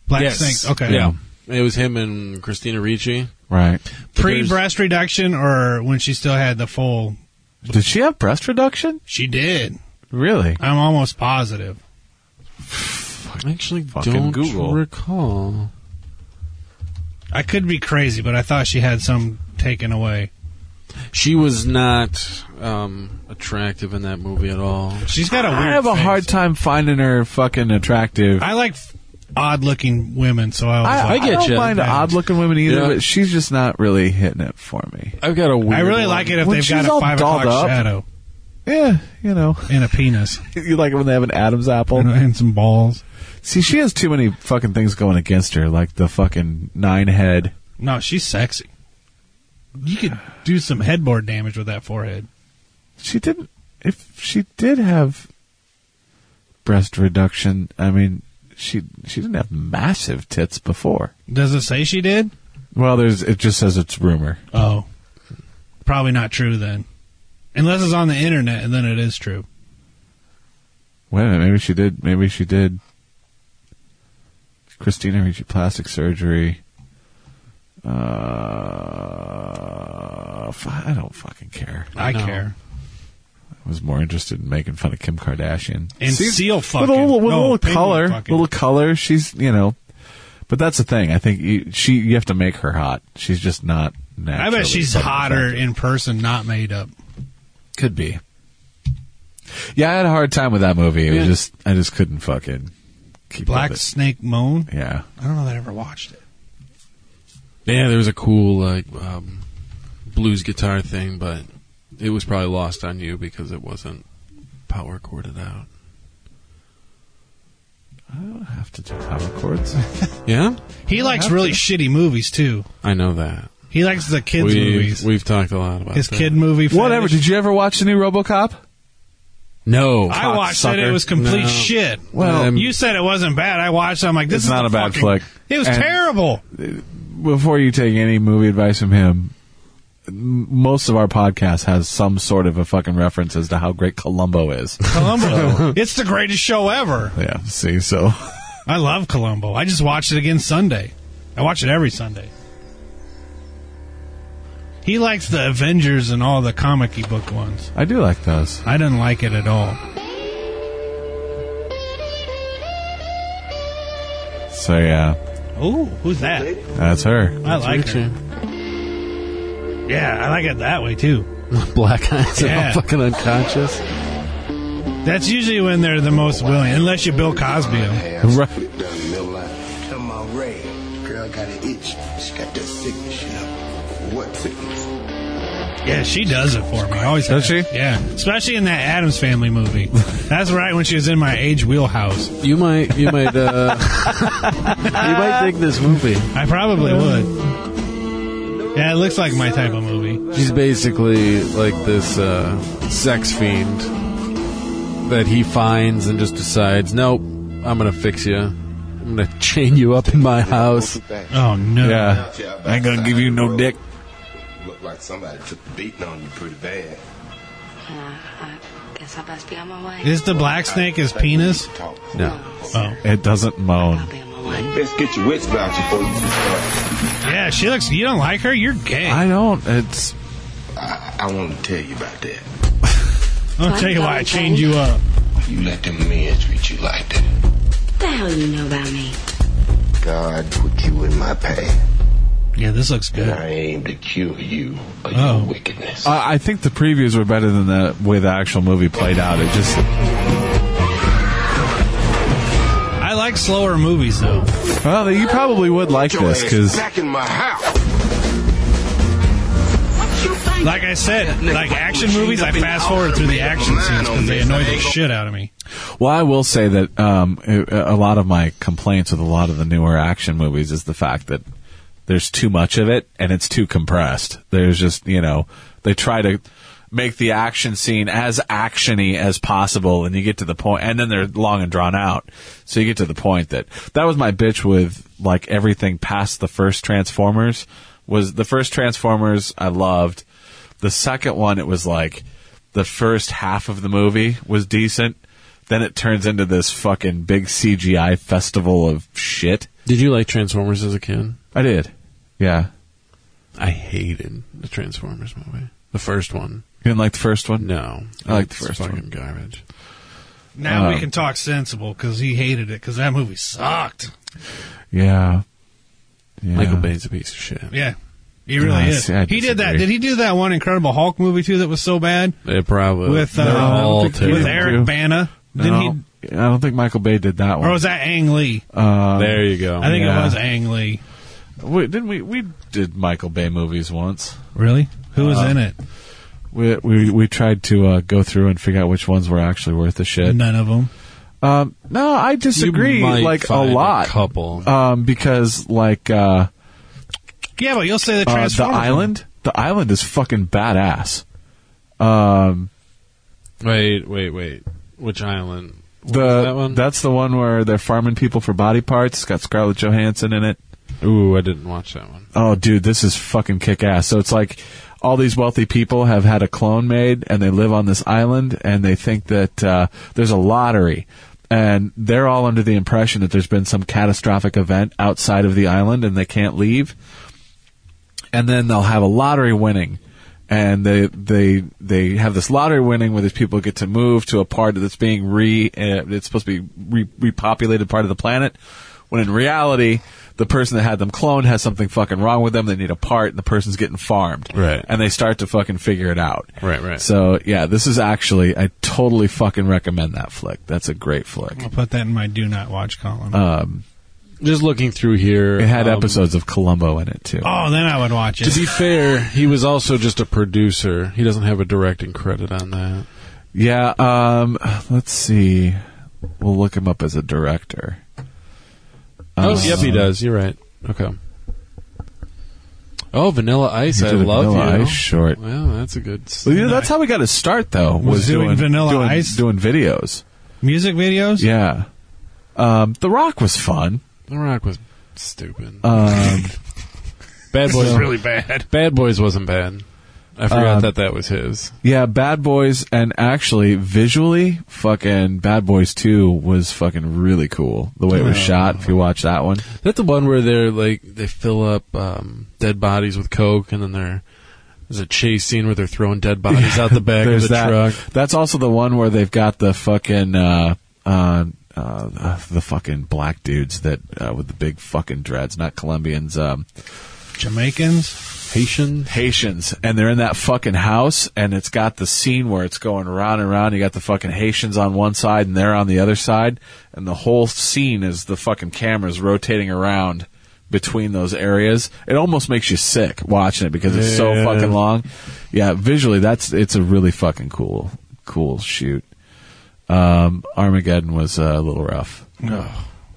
Black Yes. Snake. Okay, Yeah. It was him and Christina Ricci. Right. pre There's- breast reduction or when she still had the full? Did she have breast reduction? She did. Really? I'm almost positive. I actually Fucking don't Google. recall. I could be crazy, but I thought she had some taken away. She was not um, attractive in that movie at all. She's got a weird. I have a face. hard time finding her fucking attractive. I like odd looking women, so I was I, like, I don't mind Thanks. odd looking women either, Yeah. but she's just not really hitting it for me. I've got a weird. I really one. like it if When they've she's got a all five dolled o'clock up. shadow Yeah, you know, <laughs> and a penis you like it when they have an Adam's apple. and, and some balls. See, she has too many fucking things going against her, like the fucking nine head. No, she's sexy. You could do some headboard damage with that forehead. She didn't. If she did have breast reduction, I mean, she she didn't have massive tits before. Does it say she did? Well, there's it just says it's rumor. Oh, probably not true then. Unless it's on the internet, and then it is true. Wait a minute, maybe she did. Maybe she did. Christina Ricci plastic surgery. Uh, f- I don't fucking care. I No. care. I was more interested in making fun of Kim Kardashian. And See, seal with fucking a little, with a no, little penguin color, fucking. little color. She's you know, but that's the thing. I think you, she you have to make her hot. She's just not. I naturally bet she's fucking hotter attractive. in person, not made up. Could be. Yeah, I had a hard time with that movie. It was Yeah. just I just couldn't fucking keep up Black with Snake Moan. it. Yeah. I don't know that I ever watched it. Yeah, there was a cool like um, blues guitar thing, but it was probably lost on you because it wasn't power corded out. I don't have to do power <laughs> chords. Yeah, He likes really shitty movies too. I know that. He likes the kids we've, movies. We've talked a lot about His that. kid movie. Fetish. Whatever. Did you ever watch the new RoboCop? No, I watched it. It cocksucker. was complete No. shit. Well, Um, you said it wasn't bad. I watched. it. I'm like, this It's is not the a bad fucking- flick. It was And- <laughs> terrible. Before you take any movie advice from him, m- most of our podcast has some sort of a fucking reference as to how great Columbo is. <laughs> Columbo. <laughs> it's the greatest show ever. yeah. See, so I love Columbo. I just watched it again Sunday. I watch it every Sunday. He likes the Avengers and all the comic book ones. I do like those. I didn't like it at all. So yeah, Ooh, who's that? that's her. I like her. Yeah, I like it that way too. Black eyes are all fucking unconscious. That's usually when they're the most willing, unless you Bill Cosby. 'em. Right. Come on, Ray. Girl got an itch. She got that sickness, you know. What sickness? Yeah, she does it for me. Always Does has. Yeah, especially in that Adams Family movie. That's right when she was in my age wheelhouse. You might, you might, uh, <laughs> you might dig this movie. I probably would. Yeah, it looks like my type of movie. She's basically like this uh, sex fiend that he finds and just decides, nope, I'm gonna fix you. I'm gonna <laughs> chain you up in my house. Oh no! Yeah, I ain't gonna give you no dick. Look like somebody took the beating on you pretty bad. I guess I best be on my way. Is the black snake his penis? No, Oh. it doesn't moan. Best get your wits about you before you start. Yeah, she looks. You don't like her? You're gay. I don't. It's I, I want to tell you about that. I'll tell you why I chained you up. You let them men treat you like that. What the hell you know about me? God put you in my path. Yeah, this looks And good. I aim to cure you of Oh. your wickedness. I, I think the previews were better than the way the actual movie played out. It just I like slower movies though. well, you probably would like Your this ass because back in my house. Like I said, like action movies, I fast forward through the action scenes because they annoy the shit out of me. Well, I will say that um, a a lot of my complaints with a lot of the newer action movies is the fact that there's too much of it and it's too compressed. There's just you know they try to make the action scene as actiony as possible, and you get to the point, and then they're long and drawn out. So you get to the point that that was my bitch with like everything past the first Transformers was the first Transformers I loved. The second one, it was like the first half of the movie was decent. Then it turns into this fucking big CGI festival of shit. Did you like Transformers as a kid? I did. Yeah. I hated the Transformers movie, the first one. You didn't like the first one? No, I like the It's first fucking one. Garbage. Now we Um, can talk sensible because he hated it because that movie sucked. Yeah. Yeah. Michael Bay's a piece of shit. Yeah, he really I is. see, I he did that. disagree. Did he do that one Incredible Hulk movie too that was so bad It probably with They're all uh, with terrible. Eric do. Bana? Didn't No, he? I don't think Michael Bay did that one. Or was that Ang Lee? Um, There you go. I think yeah. it was Ang Lee. Wait, didn't we? We did Michael Bay movies once. Really? Who was Uh, in it? We we, we tried to uh, go through and figure out which ones were actually worth the shit. None of them. Um, no, I disagree. You might like a find lot. couple. um, because like uh, Yeah, but you'll say the uh, the Transformers. one. island, the island is fucking badass. Um, wait, wait, wait. Which island? What The was that one? that's the one where they're farming people for body parts. It's got Scarlett Johansson in it. Ooh, I didn't watch that one. Oh, dude, this is fucking kick ass. So it's like all these wealthy people have had a clone made, and they live on this island, and they think that uh, there's a lottery, and they're all under the impression that there's been some catastrophic event outside of the island, and they can't leave and then they'll have a lottery winning and they they they have this lottery winning where these people get to move to a part that's being re uh, it's supposed to be re- repopulated part of the planet when in reality the person that had them cloned has something fucking wrong with them they need a part and the person's getting farmed Right. and they start to fucking figure it out Right, right. so yeah this is actually i totally fucking recommend that flick that's a great flick Oh, I'll put that in my do not watch column. um, Just looking through here, it had um, episodes of columbo in it too oh, then I would watch To it. be fair, he was also just a producer. He doesn't have a directing credit on that. Yeah, um, let's see. We'll look him up as a director. Oh, Uh, yep, he does. You're right. Okay. Oh, Vanilla Ice, He I did a love Vanilla you. Ice short. Well, that's a good. Well, you know, that's how we got to start, though. Was, doing Vanilla Ice? doing videos. Music videos. Yeah, um, The Rock was fun. The Rock was stupid. Um, Bad Boys bad. Bad Boys wasn't bad. I forgot Um, that that was his. yeah, Bad Boys, and actually visually, fucking Bad Boys Two was fucking really cool. The way it was shot. If you watch that one, Is that the one where they're like they fill up um, dead bodies with coke and then they're There's a chase scene where they're throwing dead bodies out the back <laughs> of There's the that. truck. That's also the one where they've got the fucking uh, uh, uh, the fucking black dudes that uh, with the big fucking dreads, not Colombians, um, Jamaicans, Haitians, Haitians, and they're in that fucking house, and it's got the scene where it's going round and round. You got the fucking Haitians on one side, and they're on the other side, and the whole scene is the fucking cameras rotating around between those areas. It almost makes you sick watching it because it's so Yeah. fucking long. Yeah, visually, that's it's a really fucking cool, cool shoot. Um, Armageddon was uh, a little rough. No.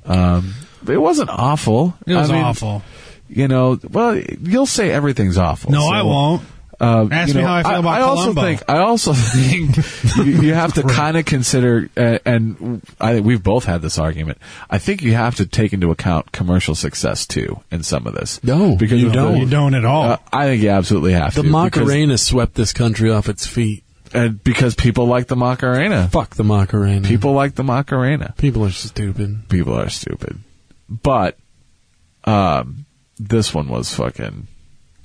Um, but it wasn't awful. It was awful. You know, well, you'll say everything's awful. No, so- I won't. Uh, Ask you me know, how I feel about I also Columbo. think I also <laughs> think you, <laughs> you have to kind of consider, uh, and I think we've both had this argument. I think you have to take into account commercial success too in some of this. No, because you of the- don't. You don't at all. Uh, I think you absolutely have The to. because- Macarena swept this country off its feet. And because people like the Macarena. Fuck the Macarena. People like the Macarena. People are stupid. People are stupid. But um, this one was fucking.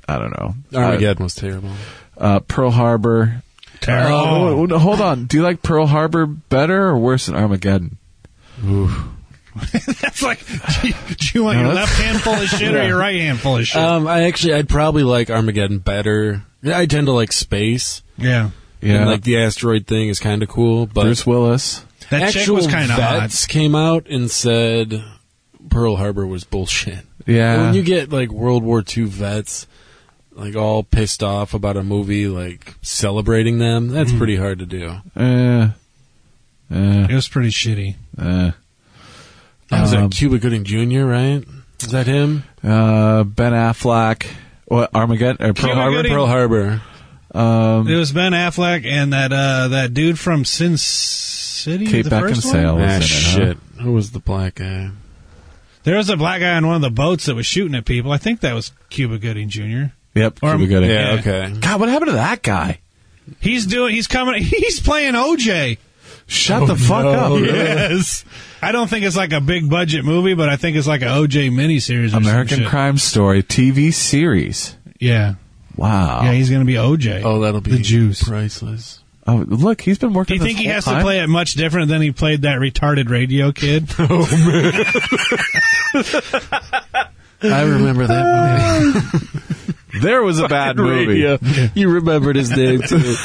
I don't know. Armageddon was terrible. Uh, Pearl Harbor. Terrible. Oh, wait, wait, hold on. Do you like Pearl Harbor better or worse than Armageddon? <laughs> That's like, do you, do you want No, your that's- left hand full of shit or Yeah. your right hand full of shit? Um, I actually, I'd probably like Armageddon better. Yeah, I tend to like space. Yeah. Yeah. Yeah. And like the asteroid thing is kind of cool, but Bruce Willis. That chick was kinda hot. vets came out and said Pearl Harbor was bullshit. Yeah. When you get like World War II vets like all pissed off about a movie like celebrating them, that's Mm-hmm. Mhm. pretty hard to do. Uh, uh, it was pretty shitty. Uh, That was Um, that Cuba Gooding Jr., right? Is that him? Uh, ben Affleck. What Armageddon? Or Pearl Oh, Cuba Harbor. Gooding. Pearl Harbor. Um, it was Ben Affleck and that uh, that dude from Sin City. Kate the first Beckinsale one? Ah, was in it, huh? Ah, shit. Who was the black guy? There was a black guy on one of the boats that was shooting at people. I think that was Cuba Gooding Jr. Yep, Or- Cuba Gooding. Yeah, okay. God, what happened to that guy? He's doing. He's coming. <laughs> He's playing OJ. Shut Oh, the fuck up. Yes. I don't think it's like a big budget movie, but I think it's like an OJ miniseries. Or some American shit. Crime Story TV series. Yeah. Wow. Yeah, he's going to be OJ. Oh, that'll be the Jews. Priceless. Oh, look, he's been Do working. you this think he whole has to time? play it much different than he played that retarded radio kid? oh man. I remember that <laughs> movie. there was <laughs> a bad movie. Radio. You remembered his name too.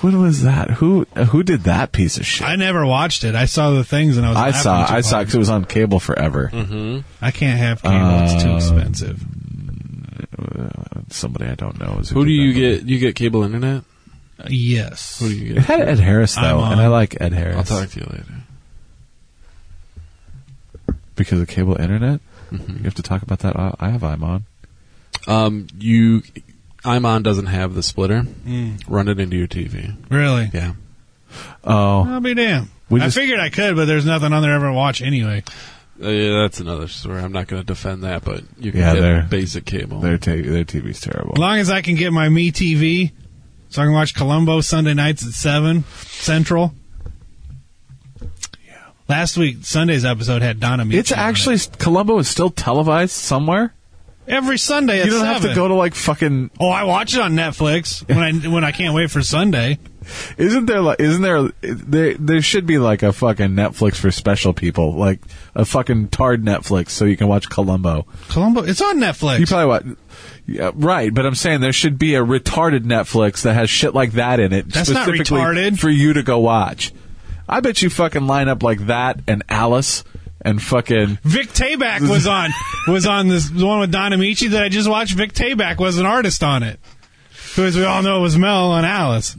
What was that? Who uh, who did that piece of shit? I never watched it. I saw the things and I was. I laughing saw. too I saw hard. because it was on cable forever. Mm-hmm. Mhm. I can't have cable. it's too Um, expensive. uh, Somebody I don't know is. <laughs> Who do you get? You get cable internet? Yes. Who do you It get? had Ed Harris though, I'm and I on. like Ed Harris. I'll talk to you later. because of cable internet. Mm-hmm. You have to talk about that. I I have I'm on. Um, you, Imon doesn't have the splitter. Mm. Run it into your TV. Really? Yeah. Oh, I'll be damned. We I just- figured I could, but there's nothing on there ever to watch anyway. Uh, yeah, that's another story. I'm not going to defend that, but you can Yeah, they're- get basic cable. Their t- their TV's terrible. As long as I can get my Me TV, so I can watch Columbo Sunday nights at seven Central. Yeah. Last week Sunday's episode had Donna Meacham. It's actually Columbo is still televised somewhere. every Sunday. At you don't have to 7. go to like fucking. Oh, I watch it on Netflix when I when I can't wait for Sunday. Isn't there like? Isn't there? There there should be like a fucking Netflix for special people, like a fucking tarred Netflix, so you can watch Columbo. Columbo, it's on Netflix. You probably what? Yeah, right, but I'm saying there should be a retarded Netflix that has shit like that in it. That's not specifically retarded. for you to go watch. I bet you fucking line up like that and Alice and fucking Vic Tayback <laughs> was on was on this the one with Don Amici that I just watched. Vic Tayback was an artist on it, who, as we all know, was Mel on Alice.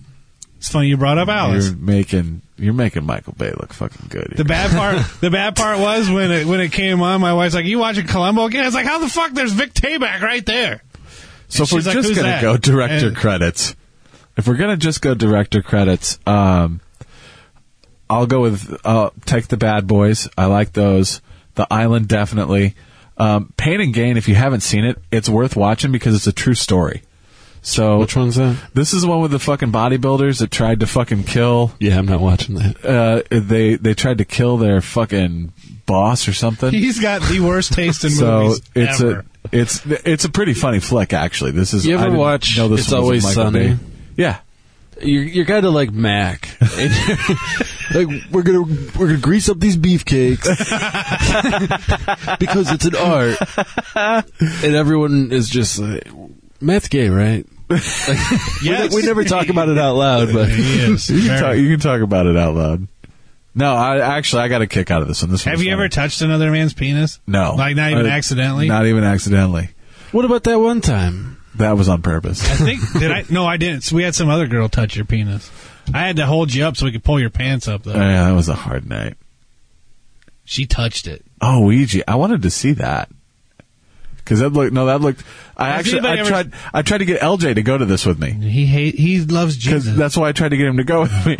It's funny you brought up Alice. You're making you're making Michael Bay look fucking good. The bad <laughs> part, the bad part was when it when it came on, my wife's like, "You watching Columbo again?" I was like, "How the fuck?" There's Vic Tayback right there. And So if we're she's like, just "Who's gonna that?" go director And- credits, if we're gonna just go director credits, um, I'll go with uh, take the Bad Boys. I like those. The Island definitely. Um, Pain and Gain. If you haven't seen it, it's worth watching because it's a true story. So Which one's that? This is the one with the fucking bodybuilders that tried to fucking kill. Yeah, I'm not watching that. Uh, they they tried to kill their fucking boss or something. He's got the worst taste in <laughs> so movies it's ever. a It's it's a pretty funny flick, actually. This is You ever I didn't watch know this It's one was Always Michael Sunny? Bay. Yeah. You're, you're kind of like Mac. <laughs> like we're gonna we're gonna grease up these beefcakes <laughs> because it's an art, and everyone is just like, Matt's gay, right? Like, we ne- we, never talk about it out loud, but <laughs> you can talk. You can talk about it out loud. No, I actually I got a kick out of this one. This Have you ever touched another man's penis? No, Uh, Like, not even accidentally? Not even accidentally. What about that one time? That was on purpose. <laughs> I think did I? No, I didn't. So we had some other girl touch your penis. I had to hold you up so we could pull your pants up. Though yeah, that was a hard night. she touched it. Oh, Ouija! I wanted to see that because that looked. No, that looked. I Has actually I anybody ever- tried. I tried to get LJ to go to this with me. He hate. He loves Jesus. That's why I tried to get him to <laughs> go with me.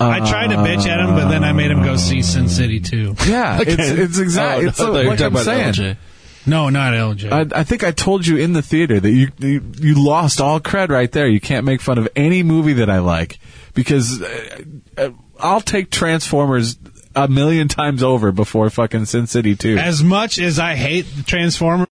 I tried to bitch at him, but then I made him go see Sin City too. Yeah, it's it's Oh, exactly Ah, it's like what I'm saying. No, not LJ. I, I think I told you in the theater that you, you you lost all cred right there. You can't make fun of any movie that I like because uh, uh, I'll take Transformers a million times over before fucking Sin City 2. As much as I hate the Transformers,